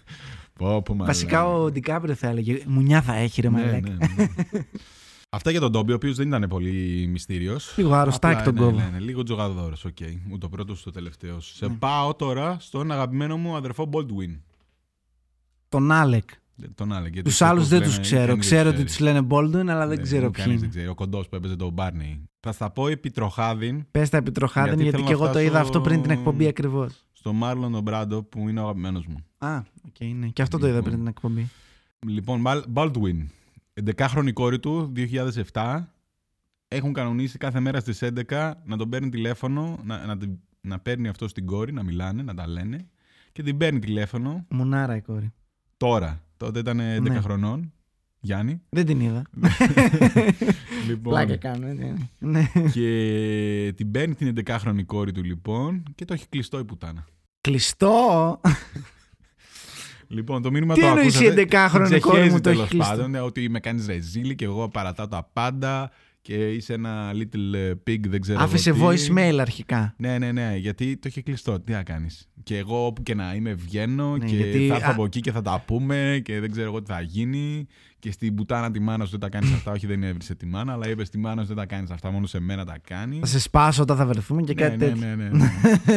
B: Πω, πω, μαλάκα.
A: Βασικά ο Ντικάπριο θα έλεγε, μουνιά θα έχει ρε
B: Ναι,
A: μαλάκα.
B: ναι, ναι. Αυτά για τον Ντόμπι, ο οποίος δεν ήταν πολύ μυστήριος.
A: Λίγο αρρωστάκι τον κόβω.
B: ναι, Λίγο τζογαδόρο, οκ. Ούτε ο πρώτο, ούτε ο τελευταίος. Σε πάω τώρα στον αγαπημένο μου αδερφό Baldwin.
A: Τον Άλεκ.
B: Τον άλλα. γιατί
A: Τους άλλου
B: τους
A: δεν
B: λένε-
A: του ξέρω.
B: κανείς
A: Ξέρω
B: τους
A: ότι τους λένε Baldwin, αλλά δεν
B: Ναι,
A: ξέρω ποιοι
B: κανείς δεν
A: είναι.
B: ξέρει. Ο κοντός που έπαιζε τον Μπάρνεϊ. Θα στα πω επί τροχάδιν
A: Πες τα επιτροχάδεν,
B: Γιατί
A: γιατί,
B: θέλω
A: και
B: να
A: εγώ το
B: φτάσω-
A: είδα αυτό πριν την εκπομπή ακριβώς.
B: στο Μάρλον τον Μπράντο που είναι ο αγαπημένος μου.
A: Α, οκ, ναι. Και αυτό το είδα
B: Λοιπόν.
A: πριν την εκπομπή.
B: Λοιπόν, Μπαλ- Baldwin. 11χρονη κόρη του, 2007. Έχουν κανονίσει κάθε μέρα στις 11 να τον παίρνει τηλέφωνο, να, να, την- να παίρνει αυτό την κόρη, να μιλάνε, να τα λένε. Και την παίρνει τηλέφωνο
A: Μουνάρα η κόρη.
B: τώρα. Τότε ήταν 11
A: Ναι.
B: χρονών. Γιάννη.
A: Δεν την είδα. Πλάκα
B: λοιπόν,
A: κάνω. έτσι. Ναι.
B: και την παίρνει την 11χρονη κόρη του λοιπόν και το έχει κλειστό η πουτάνα.
A: Κλειστό.
B: Λοιπόν, το μήνυμα
A: Τι
B: το
A: εννοείς η
B: ακούσατε.
A: 11χρονη κόρη μου
B: Ξεχέζει
A: το έχει
B: τέλος
A: κλειστό.
B: πάντων ε, ότι με κάνεις ρεζίλη και εγώ παρατάω τα πάντα και είσαι ένα little pig, δεν ξέρω. εγώ
A: Άφησε
B: τι.
A: voicemail αρχικά.
B: Ναι, ναι, ναι, γιατί το είχε κλειστό. Τι να κάνεις. Και εγώ όπου και να είμαι βγαίνω
A: Ναι,
B: και
A: γιατί-
B: θα έρθω
A: α-
B: από εκεί και θα τα πούμε και δεν ξέρω εγώ τι θα γίνει. Και στην πουτάνα τη μάνας σου δεν τα κάνεις αυτά. Όχι, δεν έβρισε τη μάνα, αλλά είπες στη μάνα σου δεν τα κάνεις αυτά. Μόνο σε μένα τα κάνει.
A: Θα σε σπάσω όταν θα βρεθούμε και κάτι
B: ναι,
A: τέτοιο.
B: ναι, ναι, ναι.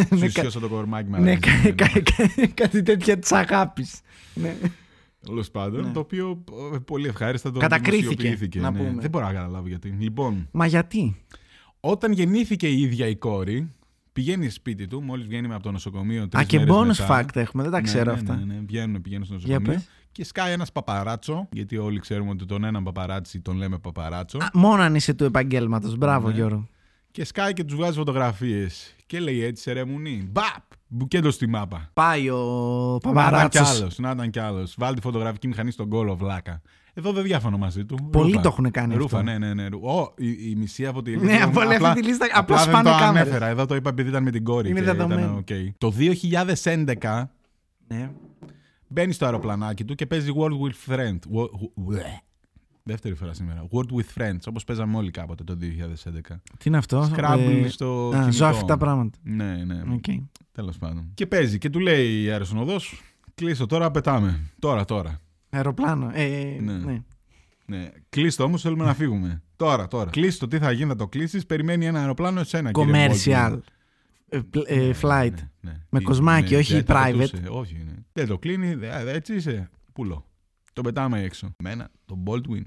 B: Σου
A: *laughs* Ναι, κα-
B: σιώσα το κορμάκι μου.
A: Ναι, κα- κα- κα- κάτι τέτοια Ναι. της αγάπης.
B: Τέλος πάντων,
A: Ναι.
B: το οποίο ε, πολύ ευχάριστα το
A: Κατακρίθηκε,
B: δημοσιοποιήθηκε,
A: να
B: ναι.
A: πούμε.
B: Δεν μπορώ να καταλάβω γιατί. Λοιπόν,
A: Μα γιατί.
B: όταν γεννήθηκε η ίδια η κόρη, πηγαίνει σπίτι του, μόλις βγαίνει από το νοσοκομείο.
A: Α,
B: τρεις
A: και
B: μέρες
A: bonus
B: μετά.
A: fact έχουμε, δεν τα
B: Ναι,
A: ξέρω
B: ναι,
A: αυτά.
B: Ναι, ναι, Βγαίνουν, πηγαίνουν στο
A: Για
B: νοσοκομείο.
A: πες.
B: Και σκάει ένας παπαράτσο, γιατί όλοι ξέρουμε ότι τον έναν παπαράτσι τον λέμε παπαράτσο.
A: Α, Μόνο αν είσαι του επαγγέλματος. Μπράβο,
B: Ναι.
A: Γιώργο.
B: Και σκάει και τους βγάζει φωτογραφίες. Και λέει έτσι, ρε μουνί. Μπαπ! Μπουκέτο στη μάπα.
A: Πάει ο
B: Να
A: Παπαράτσο.
B: ήταν κι άλλος, να ήταν κι άλλος. Βάλει τη φωτογραφική μηχανή στον κόλο, βλάκα. Εδώ δεν διάφωνο μαζί του.
A: Πολλοί
B: Ρούφα.
A: το έχουν κάνει
B: Ρούφα,
A: αυτό.
B: ναι, ναι, ναι. Ρου- Ω, η, η μισή από τη λίστα.
A: Ναι,
B: μου,
A: από όλη
B: απλά-
A: αυτή τη λίστα απλά
B: δεν
A: σπάνε
B: το
A: κάμερες.
B: ανέφερα. Εδώ το είπα επειδή ήταν με την κόρη.
A: Είναι
B: και
A: δεδομένο.
B: Ήταν, okay. Το 2011
A: Ναι.
B: μπαίνει στο αεροπλανάκι του και παίζει World with Friends. Wo- wo- bleh. Δεύτερη φορά σήμερα. World with Friends, όπως παίζαμε όλοι κάποτε το 2011.
A: Τι είναι αυτό.
B: Scrabble
A: ε,
B: στο.
A: α,
B: κινητό.
A: Ζωάφυτα πράγματα.
B: Ναι, ναι.
A: Οκ.
B: Τέλος πάντων. Και παίζει και του λέει η αεροσυνοδός, κλείσω τώρα, πετάμε. Τώρα, τώρα.
A: Αεροπλάνο. Ε,
B: Ναι.
A: ναι.
B: Ναι. Κλείστο όμως, θέλουμε να φύγουμε. τώρα, τώρα. Κλείστο, τι θα γίνει, θα το κλείσεις. Περιμένει ένα αεροπλάνο εσένα, κύριε
A: Commercial.
B: Baldwin.
A: ε, πλ- ε,
B: Ναι,
A: Flight.
B: ναι, ναι.
A: Με
B: Τι,
A: κοσμάκι, όχι
B: δεν τα
A: private.
B: πετούσε, όχι, ναι. Δεν το κλείνει, δε- α, έτσι είσαι. Πουλό. Το πετάμε έξω. Μένα, τον Baldwin.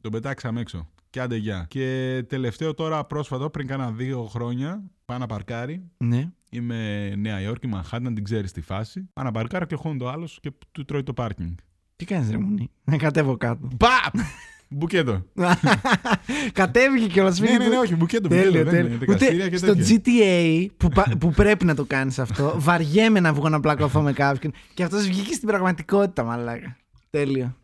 B: Τον πετάξαμε έξω. Και άντε γεια. Και τελευταίο τώρα πρόσφατο, πριν κάνα δύο χρόνια, πάω να παρκάρει.
A: Ναι.
B: Είμαι Νέα Υόρκη, Μανχάταν, την ξέρεις τη φάση. Πάω να παρκάρω και χώνει το άλλο και του τρώει το πάρκινγκ.
A: Τι κάνεις, ρε Μουνή. Να κατέβω κάτω.
B: Μπαπ! Μπουκέτο.
A: *laughs* Κατέβηκε κιόλας.
B: ναι, ναι, ναι, όχι, μπουκέτο.
A: Τέλειο,
B: μπουκέτο, δεν
A: τέλειο.
B: είναι δικαστήρια
A: Ούτε
B: ναι, και
A: στο
B: τέτοια.
A: GTA που, πα- που πρέπει να το κάνεις αυτό, βαριέμαι να βγω να πλακωθώ με κάποιον. Και αυτός βγήκε στην πραγματικότητα, μαλάκα. Τέλειο.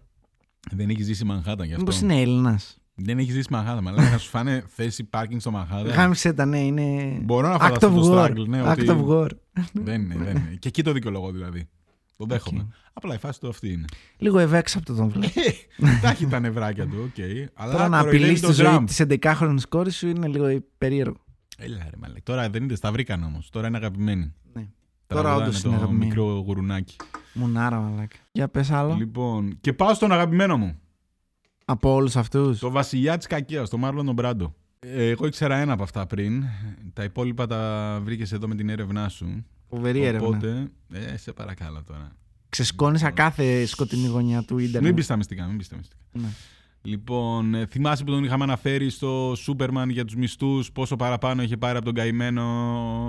B: Δεν έχεις ζήσει Μανχάταν γι'
A: Μήπω
B: αυτό.
A: είναι Έλληνας.
B: Δεν έχεις ζήσει Μανχάταν. Μαλάκα, θα σου φάνε θέση πάρκινγκ στο Μανχάταν.
A: Γάμισε τα, ναι, είναι.
B: Μπορώ να
A: Act of
B: φανταστώ το
A: war.
B: struggle. Ναι,
A: Act of
B: ότι
A: war.
B: δεν είναι, δεν είναι. Και εκεί το δικαιολογώ δηλαδή. Το δέχομαι. Απλά η φάση του
A: *laughs*
B: αυτή είναι.
A: Λίγο ευέξαπτο τον βλέπω.
B: Τα έχει τα νευράκια του, οκ. Αλλά
A: Τώρα να
B: κοροϊδεύει
A: απειλεί τη
B: τον
A: ζωή
B: Τραμπ.
A: τη 11χρονη κόρης σου είναι λίγο περίεργο.
B: Έλα ρε μαλάκα. Τώρα δεν είναι, τα βρήκαν όμως. Τώρα είναι αγαπημένοι.
A: Ναι. Τώρα
B: Τραγουδάνε
A: όντως
B: το
A: είναι αγαπημένοι.
B: μικρό γουρουνάκι.
A: Μουνάρα, μαλάκα. Για πες άλλο.
B: Λοιπόν, και πάω στον αγαπημένο μου.
A: Από όλους αυτούς.
B: Το βασιλιά της κακίας, το Μάρλον τον Μπράντο. Ε, Εγώ ήξερα ένα από αυτά πριν. Τα υπόλοιπα τα βρήκες εδώ με την έρευνά σου.
A: Φοβερή έρευνα.
B: Οπότε, ε, σε παρακαλώ τώρα.
A: Ξεσκόνησα κάθε σκοτεινή γωνιά του Ιντερνετ.
B: Μην πει τα μυστικά, μην πει τα μυστικά.
A: Ναι.
B: Λοιπόν, ε, θυμάσαι που τον είχαμε αναφέρει στο Σούπερμαν για τους μισθούς, πόσο παραπάνω είχε πάρει από τον καημένο.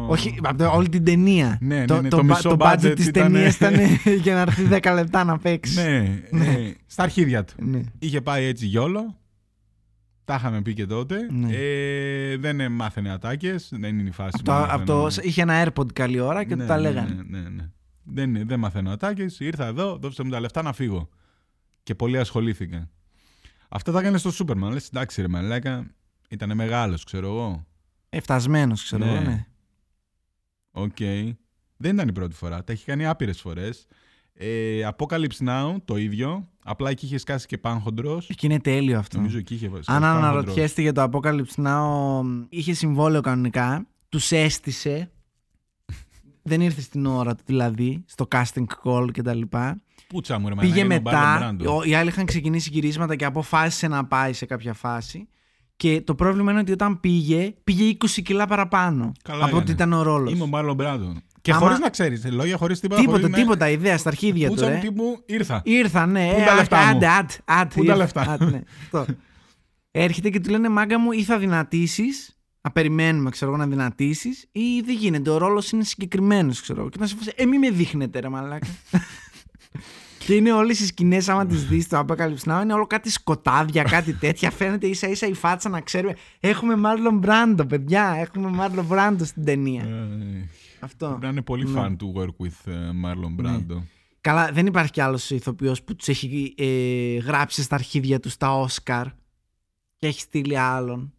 A: Όχι, απ' το- όλη την ταινία.
B: Ναι, ναι, ναι,
A: το,
B: το
A: μπα-
B: μισό
A: το budget
B: budget
A: της
B: ήταν-
A: ταινίας ήταν *laughs* για να έρθει 10 λεπτά να παίξει. *laughs*
B: Ναι, ναι, στα αρχίδια του.
A: Ναι.
B: Είχε πάει έτσι γιόλο. Τα είχαμε πει και τότε.
A: Ναι.
B: Ε, δεν ε, μάθαινε ατάκες. Δεν είναι η φάση
A: Απ' το,
B: που
A: απ' το-
B: μάθαινε.
A: είχε ένα AirPod καλή ώρα και του
B: Ναι,
A: τα
B: ναι, ε,
A: λέγανε.
B: Ναι, ναι, ναι. Δεν, είναι- δεν μαθαίνω ατάκες. Ήρθα εδώ, δώστε μου τα λεφτά να φύγω. και πολλοί ασχολήθηκαν. Αυτά τα έκανε στο Σούπερμαν. Λες, εντάξει, ρε Μαλάκα, ήταν μεγάλος, ξέρω εγώ.
A: Εφτασμένος, ξέρω
B: Ναι.
A: εγώ, ναι.
B: Οκ. Δεν ήταν η πρώτη φορά. Τα έχει κάνει άπειρες φορές. Ε, Apocalypse Now το ίδιο. Απλά εκεί είχε σκάσει και πάνχοντρος.
A: Εκεί είναι τέλειο αυτό.
B: Νομίζω εκεί είχε σκάσει.
A: Αν
B: πάνχοντρος.
A: αναρωτιέστε για το Apocalypse Now, είχε συμβόλαιο κανονικά, τους έστησε. δεν ήρθε στην ώρα του δηλαδή, στο casting call κτλ.
B: Πούτσα μου, ρε Μαλάκα.
A: Πήγε
B: είναι ο Marlon
A: μετά.
B: Brando.
A: ο- Οι άλλοι είχαν ξεκινήσει γυρίσματα και αποφάσισε να πάει σε κάποια φάση. Και το πρόβλημα είναι ότι όταν πήγε, πήγε 20 κιλά παραπάνω
B: Καλά
A: από ό,τι
B: έκανε.
A: ήταν ο ρόλος.
B: Είμαι ο Μάρλον Μπράντον. Και
A: Άμα-
B: χωρίς να ξέρεις. Λόγια χωρίς τίποτα.
A: Τίποτα,
B: χωρίς να-
A: τίποτα, ιδέα στα αρχίδια του.
B: Πούτσα μου
A: Ρε.
B: τύπου ήρθα.
A: Ήρθα, ναι.
B: Πού
A: ε,
B: τα
A: άντε,
B: λεφτά μου?
A: άντε, άντε, άντε,
B: Πού τα
A: ήρθα,
B: λεφτά?
A: άντε, ναι, αυτό. Έρχεται και του λένε μάγκα μου ή θα δυνατήσεις, να περιμένουμε ξέρω εγώ να δυνατήσεις, ή δεν γίνεται. Ο ρόλος είναι συγκεκριμένος, ξέρω εγώ. Και να σε φάσει, ε, μη με δείχνετε, ρε
B: *laughs*
A: μαλάκα. και είναι όλες οι σκηνές, άμα τις δεις το Apocalypse Now, είναι όλο κάτι σκοτάδια, κάτι τέτοια. Φαίνεται ίσα ίσα η φάτσα να ξέρουμε. Έχουμε Μάρλον Μπράντο, παιδιά. Έχουμε Μάρλον Μπράντο στην ταινία.
B: Ε,
A: Αυτό.
B: Να είναι πολύ
A: Ναι.
B: fan του work with ε, Marlon Brando.
A: Καλά, δεν υπάρχει κι άλλος ηθοποιός που τους έχει ε, γράψει στα αρχίδια του τα Όσκαρ και έχει στείλει άλλον.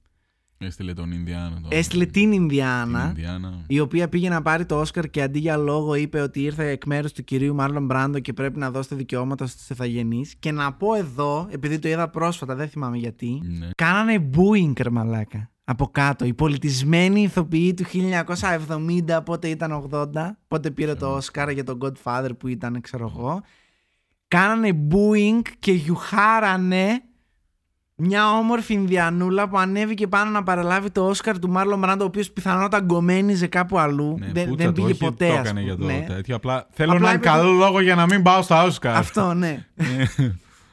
B: Έστειλε τον Ινδιάνα. τον-
A: Έστειλε ναι. την Ινδιάνα,
B: την Ινδιάνα.
A: η οποία πήγε να πάρει το Όσκαρ και αντί για λόγο είπε ότι ήρθε εκ μέρους του κυρίου Μάρλον Μπράντο και πρέπει να δώσετε δικαιώματα στους ηθαγενεί. Και να πω εδώ, επειδή το είδα πρόσφατα, δεν θυμάμαι γιατί.
B: Ναι.
A: Κάνανε booing, ρε μαλάκα. Από κάτω. Οι πολιτισμένοι ηθοποιοί του 1970, πότε ήταν 80, πότε πήρε το Όσκαρ για τον Godfather που ήταν, ξέρω εγώ. Κάνανε booing και γιουχάρανε μια όμορφη Ινδιανούλα που ανέβηκε πάνω να παραλάβει το Όσκαρ του Μάρλον Μπράντο, ο οποίος πιθανότατα γκομένιζε κάπου αλλού.
B: Ναι,
A: δεν,
B: πούτσα
A: δεν
B: το,
A: πήγε
B: όχι,
A: ποτέ.
B: Το
A: ας
B: έκανε για το
A: πούμε, ναι.
B: τέτοιο. Απλά θέλω
A: Απλά
B: έναν
A: είπε-
B: καλό λόγο για να μην πάω στα Όσκαρ.
A: Αυτό,
B: *laughs*
A: ναι.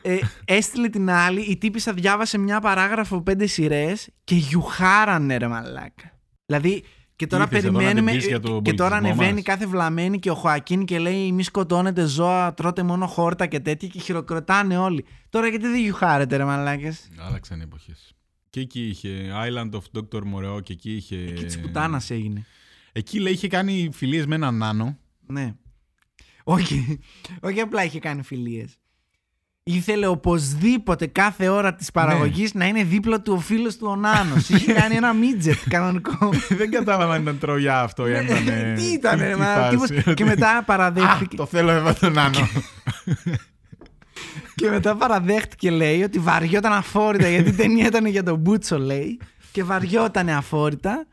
A: ε, έστειλε την άλλη, η τύπησα διάβασε μια παράγραφο πέντε σειρές και γιουχάρανε ρε μαλάκα. Δηλαδή και τώρα
B: Ήρθες εδώ να την
A: περιμένουμε.
B: πεις για το
A: και τώρα
B: πολιτισμό μας.
A: ανεβαίνει κάθε βλαμένη και ο Χωακίν και λέει Μη σκοτώνετε ζώα, τρώτε μόνο χόρτα και τέτοια και χειροκροτάνε όλοι. Τώρα γιατί δεν γιουχάρετε ρε μαλάκες.
B: Άλλαξαν οι εποχές. Και εκεί είχε Island of Dr. Moreau και εκεί είχε.
A: Εκεί της πουτάνα έγινε.
B: Εκεί λέει είχε κάνει φιλίες με έναν νάνο.
A: Ναι. Όχι, όχι απλά είχε κάνει φιλίες. Ήθελε οπωσδήποτε κάθε ώρα της παραγωγής να είναι δίπλα του ο φίλος του ο Νάνος. είχε κάνει ένα μίτζετ κανονικό.
B: *laughs* Δεν κατάλαβα αν ήταν τρολιά αυτό ή αν ήταν.
A: Τι ήταν, ρε, μα, τύπος- και
B: *laughs*
A: μετά παραδέχτηκε.
B: Το θέλω εδώ τον νάνο.
A: και μετά παραδέχτηκε, λέει, ότι βαριόταν αφόρητα. γιατί η ταινία ήταν για τον Μπούτσο, λέει. Και βαριόταν αφόρητα.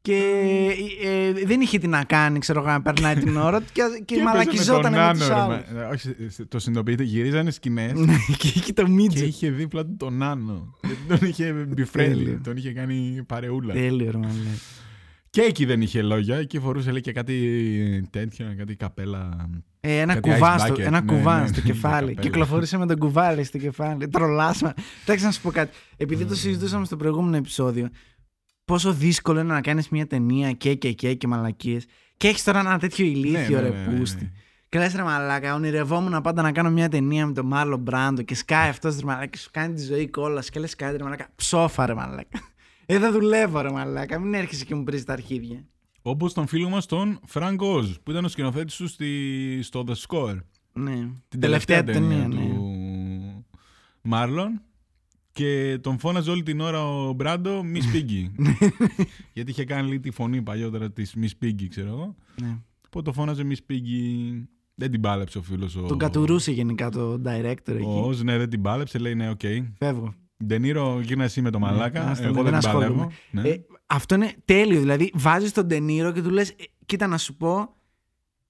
A: Και ε, ε, δεν είχε τι να κάνει, ξέρω εγώ, να περνάει την ώρα του. Και, και,
B: Και
A: μαλακιζόταν με
B: παίζανε
A: του
B: τον Νάνο, ρε,
A: άλλους.
B: μα. Ε, Όχι, σε- το συνειδητοποιείτε. Γυρίζανε σκηνές
A: Ναι, και είχε το
B: και
A: μίτζετ.
B: είχε δίπλα του τον Νάνο. Γιατί τον είχε befriendly,
A: Τέλειο.
B: τον είχε κάνει παρεούλα.
A: Τέλειο, ρε μαλάκα.
B: Και εκεί δεν είχε λόγια, εκεί φορούσε λέει και κάτι τέτοιο, κάτι καπέλα.
A: Ε, ένα
B: Κάτι
A: κουβάς,
B: ice
A: στο,
B: bucket.
A: ένα
B: Ναι,
A: κουβάς
B: ναι,
A: στο
B: ναι,
A: κεφάλι.
B: καπέλα.
A: Κυκλοφορήσε με τον κουβάλι στο κεφάλι. Τρολάσμα. Εντάξει, να σου πω κάτι. Επειδή
B: Mm.
A: το συζητούσαμε στο προηγούμενο επεισόδιο, πόσο δύσκολο είναι να κάνεις μια ταινία και και και και μαλακίες. Και έχεις τώρα ένα
B: Ναι,
A: τέτοιο ηλίθιο ρε πούστη. Και λες ρε μαλάκα, ονειρευόμουν πάντα να κάνω μια ταινία με τον Μάρλο Μπράντο και σκάει αυτός ρε μαλάκα και σου κάνει τη ζωή κόλλα και λες κάτι ρε μαλάκα. Ψόφα ρε μαλάκα. Εδώ δουλεύω ρε μαλάκα. Μην έρχεσαι και μου πρίζει τα αρχίδια.
B: Όπως τον φίλο μας τον Frank Oz, που ήταν ο σκηνοθέτης του στη, στο The Score.
A: Ναι.
B: Την τελευταία ταινία του Μάρλον. Και τον φώναζε όλη την ώρα ο Μπράντο
A: *laughs*
B: Miss Piggy. Γιατί είχε κάνει λίγο τη φωνή παλιότερα της Miss Piggy, ξέρω εγώ.
A: ναι.
B: Οπότε το φώναζε Miss Piggy. Δεν την πάλεψε ο φίλος. Ο...
A: Τον κατουρούσε γενικά το director
B: Ο
A: εκεί.
B: Oz, ναι, δεν την πάλεψε. Λέει, ναι, οκ. Okay.
A: Φεύγω.
B: Ντενίρο, γίνα εσύ με
A: Ναι,
B: το μαλάκα.
A: άστα,
B: εγώ
A: δεν
B: δεν
A: ασχολούμαι.
B: παλεύω. Ναι.
A: Ε, αυτό είναι τέλειο. Δηλαδή, βάζεις τον Τενήρο και του λες: Κοίτα να σου πω,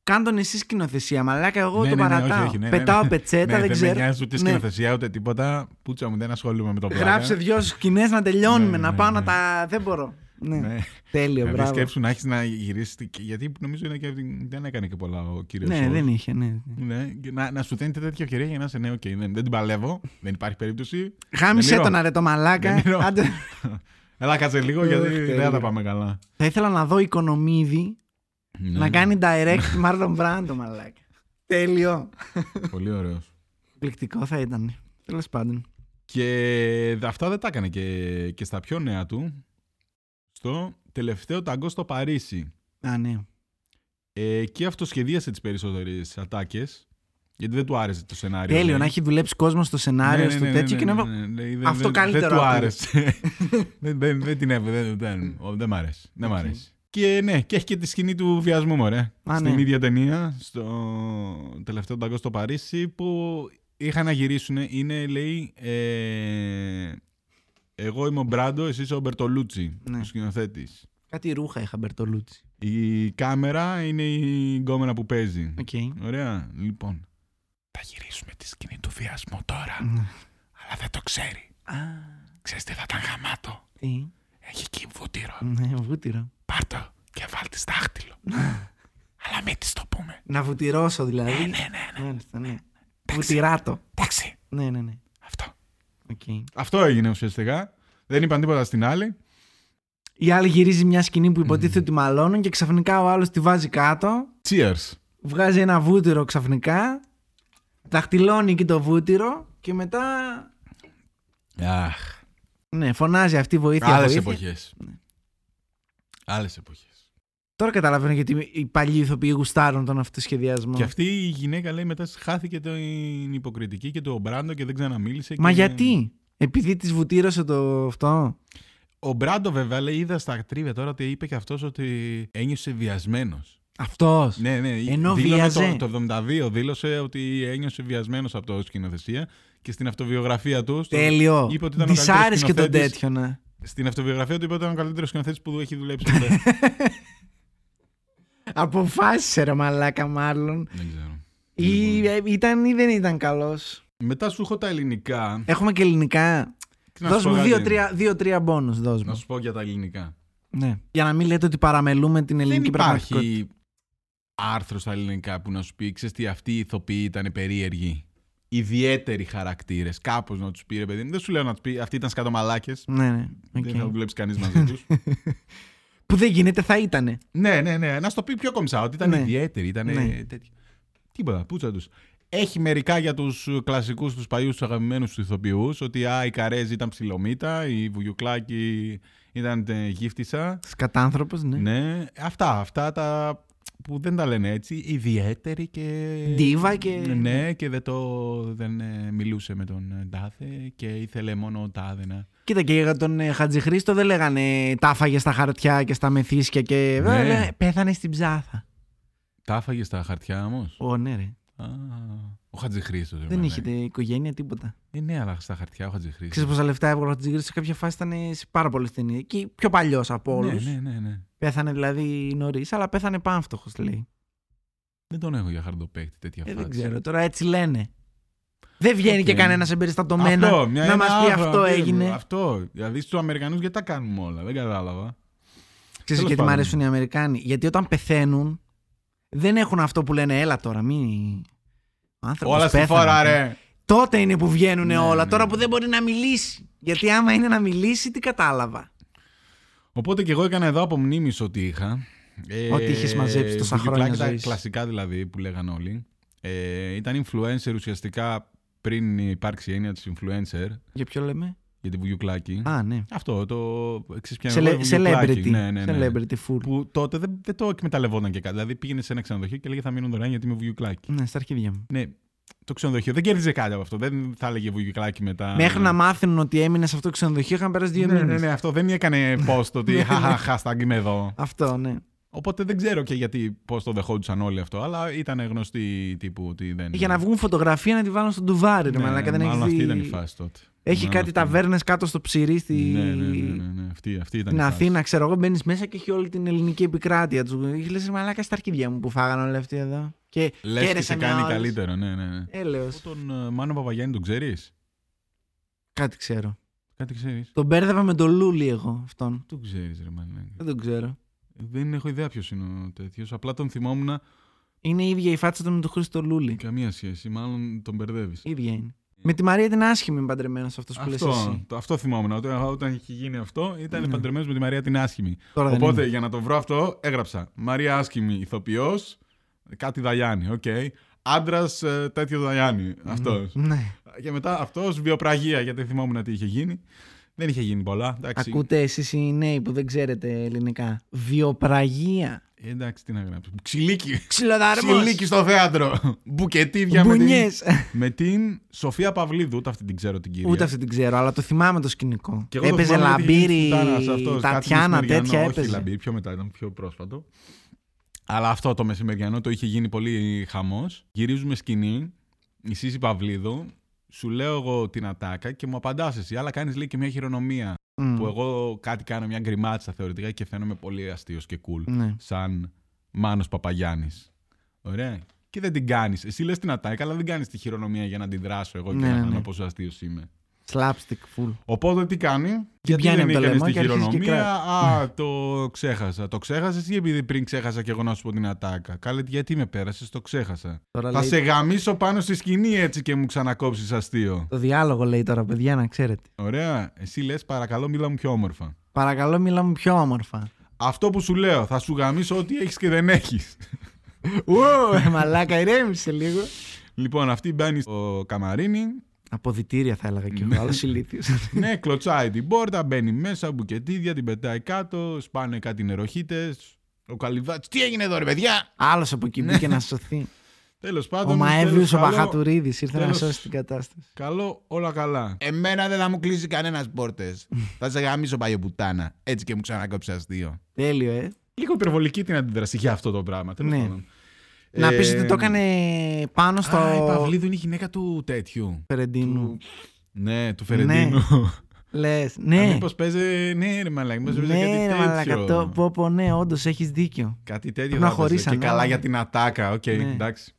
A: κάν τον εσύ σκηνοθεσία. Μαλάκα, εγώ
B: Ναι,
A: το
B: ναι, ναι,
A: παρατάω.
B: όχι, όχι, ναι, ναι,
A: Πετάω
B: ναι.
A: πετσέτα,
B: ναι,
A: δεν ξέρω.
B: με νοιάζει ούτε
A: Ναι.
B: σκηνοθεσία ούτε τίποτα. Πούτσα μου, δεν ασχολούμαι με το πλάκα.
A: Γράψε δυο σκηνές να τελειώνουμε,
B: Ναι,
A: να
B: ναι,
A: πάω
B: ναι.
A: να τα. Δεν μπορώ. Ναι.
B: Ναι.
A: Τέλειο,
B: Δηλαδή
A: μπράβο.
B: σκέψου να έχεις να γυρίσεις. Γιατί νομίζω είναι και, δεν έκανε και πολλά ο κύριος.
A: Ναι, δεν είχε, ναι.
B: Ναι, και να, να σου δίνετε τέτοια ευκαιρία για να είσαι νέο. Okay, δεν, δεν την παλεύω. Δεν υπάρχει περίπτωση.
A: Χάμισε
B: Ντενίρο.
A: τον αρετό μαλάκα.
B: Ντενίρο.
A: Άντε.
B: *laughs* Έλα, κάτσε λίγο
A: Ωχ,
B: γιατί
A: τέλεια.
B: δεν τα πάμε καλά.
A: Θα ήθελα να δω οικονομίδη
B: Ναι,
A: να κάνει direct Marlon Brando, μαλάκα. Τέλειο.
B: Πολύ ωραίος.
A: Πληκτικό θα ήταν. Τέλος πάντων.
B: Και αυτά δεν τα έκανε και, και στα πιο νέα του. Στο τελευταίο ταγκό στο Παρίσι.
A: Α, ναι.
B: Ε, εκεί αυτοσχεδίασε τις περισσότερες ατάκες. Γιατί δεν του άρεσε το σενάριο. δηλαδή.
A: Τέλειο,
B: λέει.
A: να έχει δουλέψει κόσμος στο σενάριο, στο τέτοιο και να
B: ναι, ναι, ναι, δεν-
A: Αυτό
B: δεν-
A: καλύτερο
B: Δεν του
A: απ' όλα.
B: άρεσε. *laughs* Ναι. δεν, δεν, δεν την έβγαλε. Δεν, δεν, ο, δεν μ' αρέσει. Δεν μ'
A: Οκ.
B: αρέσει. Και ναι, και έχει και τη σκηνή του βιασμού, μωρέ.
A: Α,
B: Στην
A: ναι.
B: ίδια ταινία, στο τελευταίο ταγκό στο Παρίσι, που είχαν να γυρίσουν. Είναι, λέει, ε, εγώ είμαι ο Μπράντο, εσύ είσαι ο Μπερτολούτσι,
A: Ναι.
B: ο σκηνοθέτης.
A: Κάτι ρούχα είχα Μπερτολούτσι.
B: Η κάμερα είναι η γκόμενα που παίζει.
A: Οκ.
B: Ωραία, λοιπόν. Θα γυρίσουμε τη σκηνή του βιασμού τώρα,
A: Ναι.
B: αλλά δεν το ξέρει.
A: Α,
B: Ξέρεις τι θα ήταν γαμάτο.
A: τι.
B: Έχει εκεί βούτυρο.
A: Ναι, βούτυρο.
B: Πάρ' το και βάλ' τη *laughs* δάχτυλο. Αλλά μην της το πούμε.
A: Να βουτυρώσω δηλαδή.
B: Ναι, ναι, ναι.
A: Μάλιστα, ναι. Βουτυράτο.
B: Εντάξει.
A: Ναι, ναι, ναι.
B: Αυτό.
A: Οκ.
B: Αυτό έγινε ουσιαστικά. Δεν είπαν τίποτα στην άλλη.
A: Η άλλη γυρίζει μια σκηνή που υποτίθεται ότι μαλώνουν και ξαφνικά ο άλλος τη βάζει κάτω.
B: Cheers.
A: βγάζει ένα βούτυρο ξαφνικά, δαχτυλώνει εκεί το βούτυρο και μετά.
B: Αχ.
A: Ναι, φωνάζει αυτή η βοήθεια.
B: Άλλες
A: βοήθεια.
B: εποχές. Άλλες εποχές.
A: Τώρα καταλαβαίνω γιατί οι παλιοί ηθοποιοί γουστάρουν τον αυτοσχεδιασμό.
B: Και αυτή η γυναίκα λέει μετά χάθηκε την υποκριτική και το Μπράντο και δεν ξαναμίλησε.
A: Μα
B: και-
A: γιατί, επειδή της βουτύρωσε το αυτό.
B: Ο Μπράντο βέβαια λέει είδα στα τρίβια τώρα ότι είπε και αυτός ότι ένιωσε βιασμένος.
A: Αυτός.
B: Ναι, ναι.
A: Ενώ
B: δήλωνε
A: βίαζε.
B: Το, το 72 δήλωσε ότι ένιωσε βιασμένος από το σκηνοθεσία και στην αυτοβιογραφία του. στο-
A: Τέλειο.
B: Είπε ότι ήταν ο
A: Της
B: καλύτερος
A: άρεσε και τον
B: σκηνοθέτης.
A: τέτοιο, ναι.
B: Στην αυτοβιογραφία του είπε ότι ήταν ο καλύτερος σκηνοθέτης που έχει
A: *laughs*
B: δουλέψει ποτέ.
A: Αποφάσισε ρε μαλάκα μάλλον.
B: δεν ξέρω.
A: Ή ε,
B: Λοιπόν.
A: ήταν ή δεν ήταν καλός.
B: Μετά σου έχω τα ελληνικά.
A: Έχουμε και ελληνικά.
B: Να σου
A: δώσ'
B: πω
A: μου
B: κάτι.
A: δύο-τρία δύο, τρία μπόνους, δώσ'
B: Να
A: μου.
B: σου πω για τα ελληνικά.
A: Ναι. Για να μην λέτε ότι παραμελούμε την
B: Δεν
A: ελληνική πραγματικότητα.
B: υπάρχει άρθρο στα ελληνικά που να σου πει, ξέρεις τι, αυτοί οι ηθοποιοί ήταν περίεργοι. Ιδιαίτεροι χαρακτήρες. Κάπως να τους πει, ρε παιδί. μου. Δεν σου λέω να τους πει, αυτοί ήταν σκατομαλάκες.
A: Ναι, ναι. οκ.
B: Δεν θα δουλέψει κανείς μαζί τους.
A: Που δεν γίνεται, θα ήτανε.
B: Ναι, ναι, ναι. Να στο πει πιο κομψά, ότι ήταν
A: Ναι.
B: ιδιαίτερη, ήταν
A: Ναι.
B: τέτοια. Τίποτα, πούτσα τους. Έχει μερικά για τους κλασικούς, τους παλιούς, τους αγαπημένους τους ηθοποιούς, ότι α, η Καρέζη ήταν ψιλομύτα, η Βουγιουκλάκη ήταν ε, γύφτισσα.
A: Σκατάνθρωπος, ναι.
B: Ναι. Αυτά, αυτά τα που δεν τα λένε έτσι. Ιδιαίτερη και.
A: Ντίβα και-
B: Ναι, και δεν, το, δεν ε, μιλούσε με τον ε, Τάδε και ήθελε μόνο ο Τάδε να.
A: Κοίτα και για τον ε, Χατζηχρήστο δεν λέγανε τα φάγε στα χαρτιά και στα μεθύσια και.
B: Ναι.
A: Ε, λέγανε, πέθανε στην ψάθα.
B: Τα έφαγε στα χαρτιά όμως.
A: Ω, ναι, ρε.
B: Ο Χατζηχρήστος.
A: δεν έχετε οικογένεια, τίποτα.
B: Ε, ναι, αλλά στα χαρτιά ο Χατζηχρήστος.
A: Ξέρεις πόσα λεφτά έβγαλε ο Χατζηχρήστος σε κάποια φάση ήταν σε πάρα πολλές ταινίες. Και πιο παλιός από όλους.
B: Ναι, ναι, ναι, ναι.
A: Πέθανε δηλαδή νωρίς, αλλά πέθανε πάμφτωχος λέει.
B: Δεν τον έχω για χαρτοπέκτη τέτοια
A: Ε,
B: φάση.
A: δεν ξέρω, τώρα έτσι λένε. Δεν βγαίνει
B: Οκ.
A: και κανένας εμπεριστατωμένος
B: μια-
A: να
B: ένα
A: μας πει
B: άλλο,
A: αυτό
B: τι-
A: έγινε.
B: Αυτό. Δηλαδή στους Αμερικανούς γιατί τα κάνουμε όλα. Δεν κατάλαβα.
A: Ξέρεις
B: Τέλος
A: γιατί μου
B: πάντων.
A: αρέσουν οι Αμερικάνοι. Γιατί όταν πεθαίνουν, δεν έχουν αυτό που λένε έλα τώρα, μη... Ο άνθρωπος
B: όλα στη
A: πέθανε». ναι.
B: φορά, ρε.
A: Τότε είναι που βγαίνουν
B: Ναι,
A: όλα.
B: ναι,
A: Τώρα
B: ναι.
A: που δεν μπορεί να μιλήσει. Γιατί άμα είναι να μιλήσει, τι κατάλαβα.
B: Οπότε και εγώ έκανα εδώ απομνήμηση ότι είχα. Ε,
A: Ό,τι είχες μαζέψει τόσα
B: βουγιουκλάκια
A: χρόνια
B: τα
A: ζωής.
B: Κλασικά δηλαδή που λέγαν όλοι. Ε, ήταν influencer ουσιαστικά πριν υπάρξει η έννοια της influencer
A: Για ποιο λέμε.
B: για την Βουγιουκλάκη.
A: Α, ναι.
B: Αυτό το. ξέρεις ποια
A: Cele-
B: είναι, εγώ,
A: celebrity.
B: Βουγιουκλάκη. Ναι, ναι, ναι.
A: Celebrity full.
B: Που τότε δεν, δεν το εκμεταλλευόταν και κάτι. Δηλαδή πήγαινε σε ένα ξενοδοχείο και λέγε Θα μείνω δωρεάν γιατί είμαι Βουγιουκλάκη.
A: Ναι, στα αρχίδια μου.
B: Ναι, το ξενοδοχείο δεν κέρδιζε κάτι από αυτό. Δεν θα έλεγε βουγιουκλάκι μετά.
A: Μέχρι να μάθουν ότι έμεινε σε αυτό το ξενοδοχείο, είχαν περάσει δύο
B: ναι,
A: μήνες.
B: ναι, ναι, αυτό δεν έκανε post ότι χαχαχα, hashtag είμαι εδώ.
A: Αυτό, ναι.
B: Οπότε δεν ξέρω και γιατί πώς το δεχόντουσαν όλοι αυτό, αλλά ήταν γνωστή τύπου ότι δεν.
A: Για να βγουν φωτογραφία να τη βάλουν στον τουβάρι, ρε
B: Ναι,
A: μαλάκα. Δεν
B: μάλλον
A: έχεις
B: αυτή
A: δει-
B: ήταν η φάση τότε.
A: Έχει
B: Μάλλον
A: κάτι
B: αυτή.
A: ταβέρνες κάτω στο ψυρί στη...
B: Ναι, ναι, ναι, ναι, ναι, αυτή, αυτή ήταν η
A: Στην
B: φάση.
A: Αθήνα, ξέρω εγώ, μπαίνεις μέσα και έχει όλη την ελληνική επικράτεια τους. Είχε λε μαλάκα στα αρχίδια μου που φάγανε όλοι αυτοί εδώ. Και
B: Λες και
A: χαίρεσαι
B: σε
A: μια
B: κάνει
A: ώρα.
B: καλύτερο, ναι, ναι. ναι.
A: Έλεος.
B: Τον ε, Μάνο Παπαγιάννη τον ξέρεις.
A: Κάτι ξέρω.
B: Κάτι ξέρεις.
A: Τον μπέρδευα με τον Λούλι εγώ αυτόν.
B: Το ξέρεις, ρε μάλλον.
A: Δεν τον ξέρω.
B: Δεν έχω ιδέα ποιος είναι ο τέτοιος. Απλά τον θυμόμουν.
A: Είναι η ίδια η φάτσα του με τον Χρήστο Λούλι.
B: Καμία σχέση. Μάλλον τον μπερδεύεις.
A: ίδια είναι. Με τη Μαρία την άσχημη παντρεμένος αυτός που λες
B: Αυτό,
A: εσύ.
B: το, αυτό θυμόμουν. Όταν, όταν είχε γίνει αυτό, ήταν
A: Ναι.
B: ναι. παντρεμένος με τη Μαρία την Άσχημη.
A: Τώρα δεν
B: Οπότε
A: είναι.
B: για να το βρω αυτό, έγραψα Μαρία Άσχημη, ηθοποιός, κάτι Δαγιάννη. Οκ. Άντρας, τέτοιο Δαγιάννη. Αυτός.
A: Ναι.
B: Και μετά αυτός, βιοπραγία, γιατί θυμόμουν τι είχε γίνει. Δεν είχε γίνει πολλά. Εντάξει,
A: Ακούτε εσείς οι νέοι που δεν ξέρετε ελληνικά. Βιοπραγία.
B: Ε, εντάξει τι να γράψω. Ξυλίκι.
A: Ξυλοδαρμός.
B: Ξυλίκι στο θέατρο. Μπουκετίδια με
A: Μπουνιέ.
B: την, με την Σοφία Παυλίδου. Ούτε αυτή την ξέρω την κυρία.
A: Ούτε αυτή την ξέρω, αλλά το θυμάμαι το σκηνικό.
B: Και εγώ το
A: έπαιζε
B: θυμάμαι ότι είχε γίνει
A: λαμπύρι,
B: σφουτάνας αυτός, κάτι
A: Τατιάνα,
B: μεσημεριανό,
A: τέτοια
B: Όχι
A: έπαιζε.
B: λαμπύρι, πιο μετά, ήταν πιο πρόσφατο. Αλλά αυτό το μεσημεριανό το είχε γίνει πολύ χαμός. Γυρίζουμε σκηνή, η Σύση Παυλίδου, σου λέω εγώ την ατάκα και μου απαντάς εσύ. Αλλά κάνεις λέει και μια χειρονομία.
A: Μμ.
B: Που εγώ κάτι κάνω, μια γκριμάτσα θεωρητικά και φαίνομαι πολύ αστείος και cool.
A: Ναι.
B: Σαν Μάνος Παπαγιάννης. Ωραία. Και δεν την κάνεις. Εσύ λες την ατάκα, αλλά δεν κάνεις τη χειρονομία για να αντιδράσω εγώ και
A: Ναι,
B: να
A: ναι.
B: κάνω πόσο αστείος είμαι.
A: Slapstick full.
B: Οπότε τι κάνει. Γιατί
A: πιάνει
B: δεν
A: από το
B: έκανε
A: λαιμό
B: τη
A: και αρχίζει και
B: χειρονομία.
A: κράζει.
B: Α, το ξέχασα. Το ξέχασες ή επειδή πριν ξέχασα και εγώ να σου πω την ατάκα. Κάλε γιατί με πέρασες, το ξέχασα.
A: Τώρα
B: Θα
A: λέει,
B: σε γαμίσω πάνω στη σκηνή έτσι και μου ξανακόψεις αστείο.
A: Το διάλογο λέει τώρα, παιδιά, να ξέρετε.
B: Ωραία. Εσύ λες, παρακαλώ, μιλά μου πιο όμορφα.
A: Παρακαλώ, μιλά μου πιο όμορφα.
B: Αυτό που σου λέω, θα σου γαμίσω ό,τι έχεις και δεν έχεις.
A: Ου, *laughs* μαλάκα, ηρέμησε λίγο.
B: λοιπόν, αυτή μπαίνει στο καμαρίνι.
A: Αποδητήρια θα έλεγα και εγώ, άλλο ηλίθιο.
B: ναι, κλωτσάει την πόρτα, μπαίνει μέσα, μπουκετίδια, την πετάει κάτω, σπάνε κάτι νεροχύτε. Ο Καλυβάτης, τι έγινε εδώ, ρε παιδιά!
A: Άλλος από εκεί μπήκε
B: Ναι.
A: να
B: *laughs*
A: σωθεί.
B: Τέλος
A: Ο
B: πάντων.
A: Μαεύλιο
B: τέλος,
A: ο
B: καλό,
A: Παχατουρίδης ήρθε να
B: τέλος.
A: σώσει την κατάσταση.
B: Καλό, όλα καλά. Εμένα δεν θα μου κλείσει κανένας πόρτες. *laughs* θα σε γαμίσω παλιοπουτάνα. Έτσι και μου ξανακόψεις αστείο.
A: Τέλειο, ε.
B: Λίγο υπερβολική την αντίδραση για αυτό το πράγμα. τέλος
A: Ναι.
B: πάντων.
A: Να
B: Ε,
A: πει ότι το έκανε πάνω στο.
B: Α, η Παυλίδου είναι η γυναίκα του τέτοιου.
A: Φερεντίνου.
B: Ναι, του Φερεντίνου. *laughs*
A: Λες. Ναι.
B: Μήπως παίζει. Ναι, ρε μαλάκι, μήπως παίζει
A: Ναι, ρε
B: κάτι
A: μαλάκα, το
B: τέτοιο.
A: πω πω, ναι, όντως έχεις δίκιο.
B: Κάτι τέτοιο.
A: να
B: θα έπαιζε.
A: χωρίσανε,
B: Και καλά
A: αλλά-
B: για την ατάκα. Οκ,
A: Ναι.
B: εντάξει.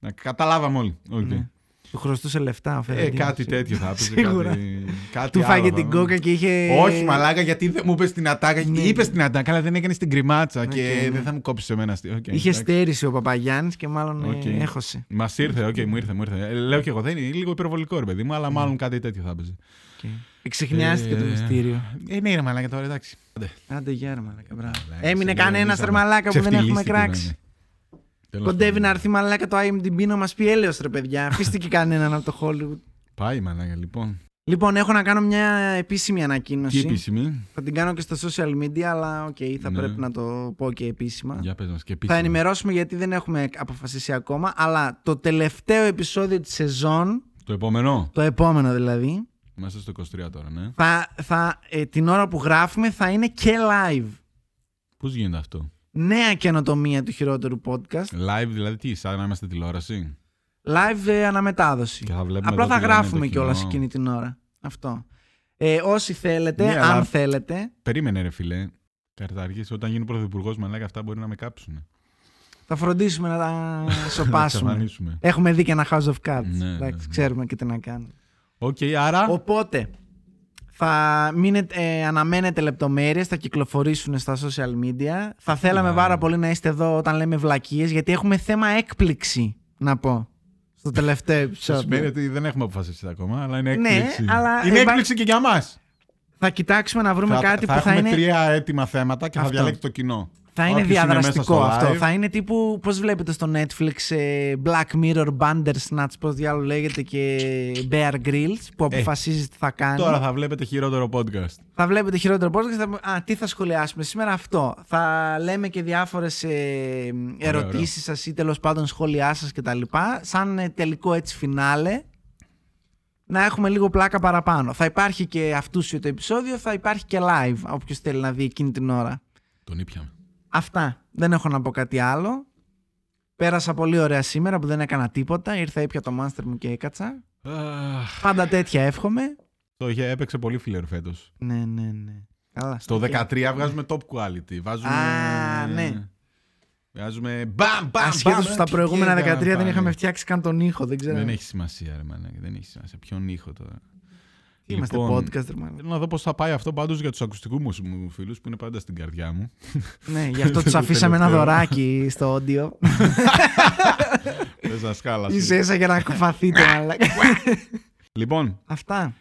B: Να- Καταλάβαμε όλοι. Οκ.
A: Ναι. Του χρωστούσε λεφτά ο
B: Ε,
A: Φερεντίνου.
B: κάτι τέτοιο θα έπαιζε.
A: Σίγουρα.
B: κάτι- κάτι
A: Του
B: άλλο
A: φάγε
B: θα
A: την
B: έπαιζε.
A: κόκα και είχε.
B: Όχι, μαλάκα, γιατί δεν μου είπες την ατάκα.
A: Ναι.
B: Είπες την ατάκα, αλλά δεν έκανε την κρυμάτσα
A: Οκ,
B: και
A: ναι.
B: δεν θα μου κόψεις εμένα. αστείο. Οκ,
A: Είχε
B: εντάξει.
A: στέρηση ο Παπαγιάννης και μάλλον ε,
B: Οκ.
A: έχωσε.
B: Μας ήρθε, οκ, μου ήρθε, μου ήρθε. Ε, λέω και εγώ, δεν είναι, είναι λίγο υπερβολικό, ρε παιδί μου,
A: Ναι.
B: αλλά μάλλον κάτι τέτοιο θα έπαιζε.
A: Okay. Εξεχνιάστηκε το
B: Ε,
A: μυστήριο.
B: Ε, ναι, ρε μαλάκα τώρα, εντάξει. Άντε.
A: Άντε γεια, ρε μαλάκα. μπράβο.
B: Μαλάκα,
A: Έμεινε
B: σε λέω,
A: κανένα
B: εμείς
A: ρε μαλάκα που δεν έχουμε
B: ξεφτυλίστηκε,
A: κράξει.
B: ναι. Τέλος
A: Κοντεύει
B: πάντων.
A: να έρθει μαλάκα το IMDb να μας πει έλεος ρε παιδιά. Αφήστε και κανέναν από το Hollywood.
B: Πάει, μαλάκα, λοιπόν.
A: Λοιπόν, έχω να κάνω μια επίσημη
B: Τι
A: ανακοίνωση.
B: επίσημη.
A: Θα την κάνω και στα social media, αλλά οκ, θα
B: Ναι.
A: πρέπει να το πω και επίσημα.
B: Για πες μας και
A: Θα
B: επίσημη.
A: ενημερώσουμε γιατί δεν έχουμε αποφασίσει ακόμα, αλλά το τελευταίο επεισόδιο της σεζόν,
B: Το επόμενο.
A: το επόμενο δηλαδή,
B: Είμαστε στο 23 τώρα, ναι.
A: θα, θα, ε, την ώρα που γράφουμε θα είναι και live.
B: Πώς γίνεται αυτό.
A: Νέα καινοτομία του χειρότερου podcast.
B: Live, δηλαδή τι, σαν να είμαστε τηλεόραση.
A: Live ε, αναμετάδοση.
B: Και θα βλέπουμε
A: Απλά
B: εδώ
A: θα
B: τι λένε το
A: γράφουμε κιόλας
B: κοινό.
A: εκείνη την ώρα. Αυτό. Ε, όσοι θέλετε,
B: Ναι, αλλά-
A: αν θέλετε,
B: Περίμενε, ρε φιλέ. Καρταργή, όταν γίνει πρωθυπουργός, μαλάκα αυτά μπορεί να με κάψουν.
A: θα φροντίσουμε
B: *laughs*
A: να τα σοπάσουμε.
B: εξαφανίσουμε.
A: Έχουμε δει και ένα House of Cards.
B: Ναι,
A: Εντάξει,
B: ναι, ναι.
A: Ξέρουμε και τι να κάνουμε.
B: Οκ, άρα.
A: Οπότε θα μείνετε, ε, αναμένετε λεπτομέρειες, θα κυκλοφορήσουν στα social media. Θα θέλαμε
B: Ναι.
A: πάρα πολύ να είστε εδώ όταν λέμε βλακίες, γιατί έχουμε θέμα έκπληξη, να πω, στο
B: *laughs*
A: τελευταίο
B: Αυτό σημαίνει
A: επεισόδιο.
B: ότι δεν έχουμε αποφασίσει ακόμα, αλλά είναι
A: Ναι,
B: έκπληξη.
A: αλλά
B: Είναι
A: υπά-
B: έκπληξη και για μας.
A: θα κοιτάξουμε να βρούμε κάτι που θα
B: έχουμε
A: είναι,
B: τρία έτοιμα θέματα και θα
A: Αυτό.
B: διαλέξει το κοινό.
A: θα είναι
B: Όποιος μέσα
A: διαδραστικό
B: στο
A: αυτό.
B: live,
A: Θα είναι τύπου, πώς βλέπετε στο Netflix, ε, Black Mirror, Bandersnatch, πώς διάλογο λέγεται και Bear Grylls, που αποφασίζει τι θα κάνει.
B: Ε. Τώρα θα βλέπετε χειρότερο podcast.
A: Θα βλέπετε χειρότερο podcast και θα πούμε, Α, τι θα σχολιάσουμε σήμερα αυτό. Θα λέμε και διάφορες ε, ερωτήσει σας ή τέλος πάντων σχόλιά σας κτλ. Σαν ε, τελικό έτσι φινάλε. Να έχουμε λίγο πλάκα παραπάνω. Θα υπάρχει και αυτούσιο το επεισόδιο, θα υπάρχει και live. Όποιος θέλει να δει εκείνη την ώρα.
B: Τον ήπιαμε.
A: Αυτά. Δεν έχω να πω κάτι άλλο. Πέρασα πολύ ωραία σήμερα που δεν έκανα τίποτα. Ήρθα, ήπια το μάστερ μου και έκατσα.
B: Αχ,
A: Πάντα τέτοια εύχομαι.
B: Το είχε, έπαιξε πολύ φίλερ φέτος.
A: Ναι, ναι, ναι. Καλά.
B: Στο
A: Οκ.
B: 13 βγάζουμε top quality. Βάζουμε.
A: Α, ναι.
B: Βγάζουμε. Μπαμ, μπαμ, μπαμ.
A: Ασχέτω που στα
B: Τι
A: προηγούμενα 13
B: έκανα
A: δεν
B: πάλι.
A: είχαμε φτιάξει καν τον ήχο, δεν ξέρω.
B: Δεν έχει σημασία, ρε μαλάκα. Δεν έχει σημασία. Ποιον ήχο τώρα.
A: Είμαστε
B: Λοιπόν,
A: podcast, ρε
B: *laughs*
A: μάλλον.
B: Θέλω να δω πώς θα πάει αυτό πάντως για τους ακουστικούς μου μου φίλους που είναι πάντα στην καρδιά
A: *laughs*
B: μου.
A: ναι, γι' αυτό τους αφήσαμε ένα
B: Τελευταίο.
A: δωράκι στο audio.
B: Δεν σας χάλασε. *laughs*
A: Ίσα ίσα για να κουφαθείτε, μαλάκα.
B: Λοιπόν,
A: Αυτά.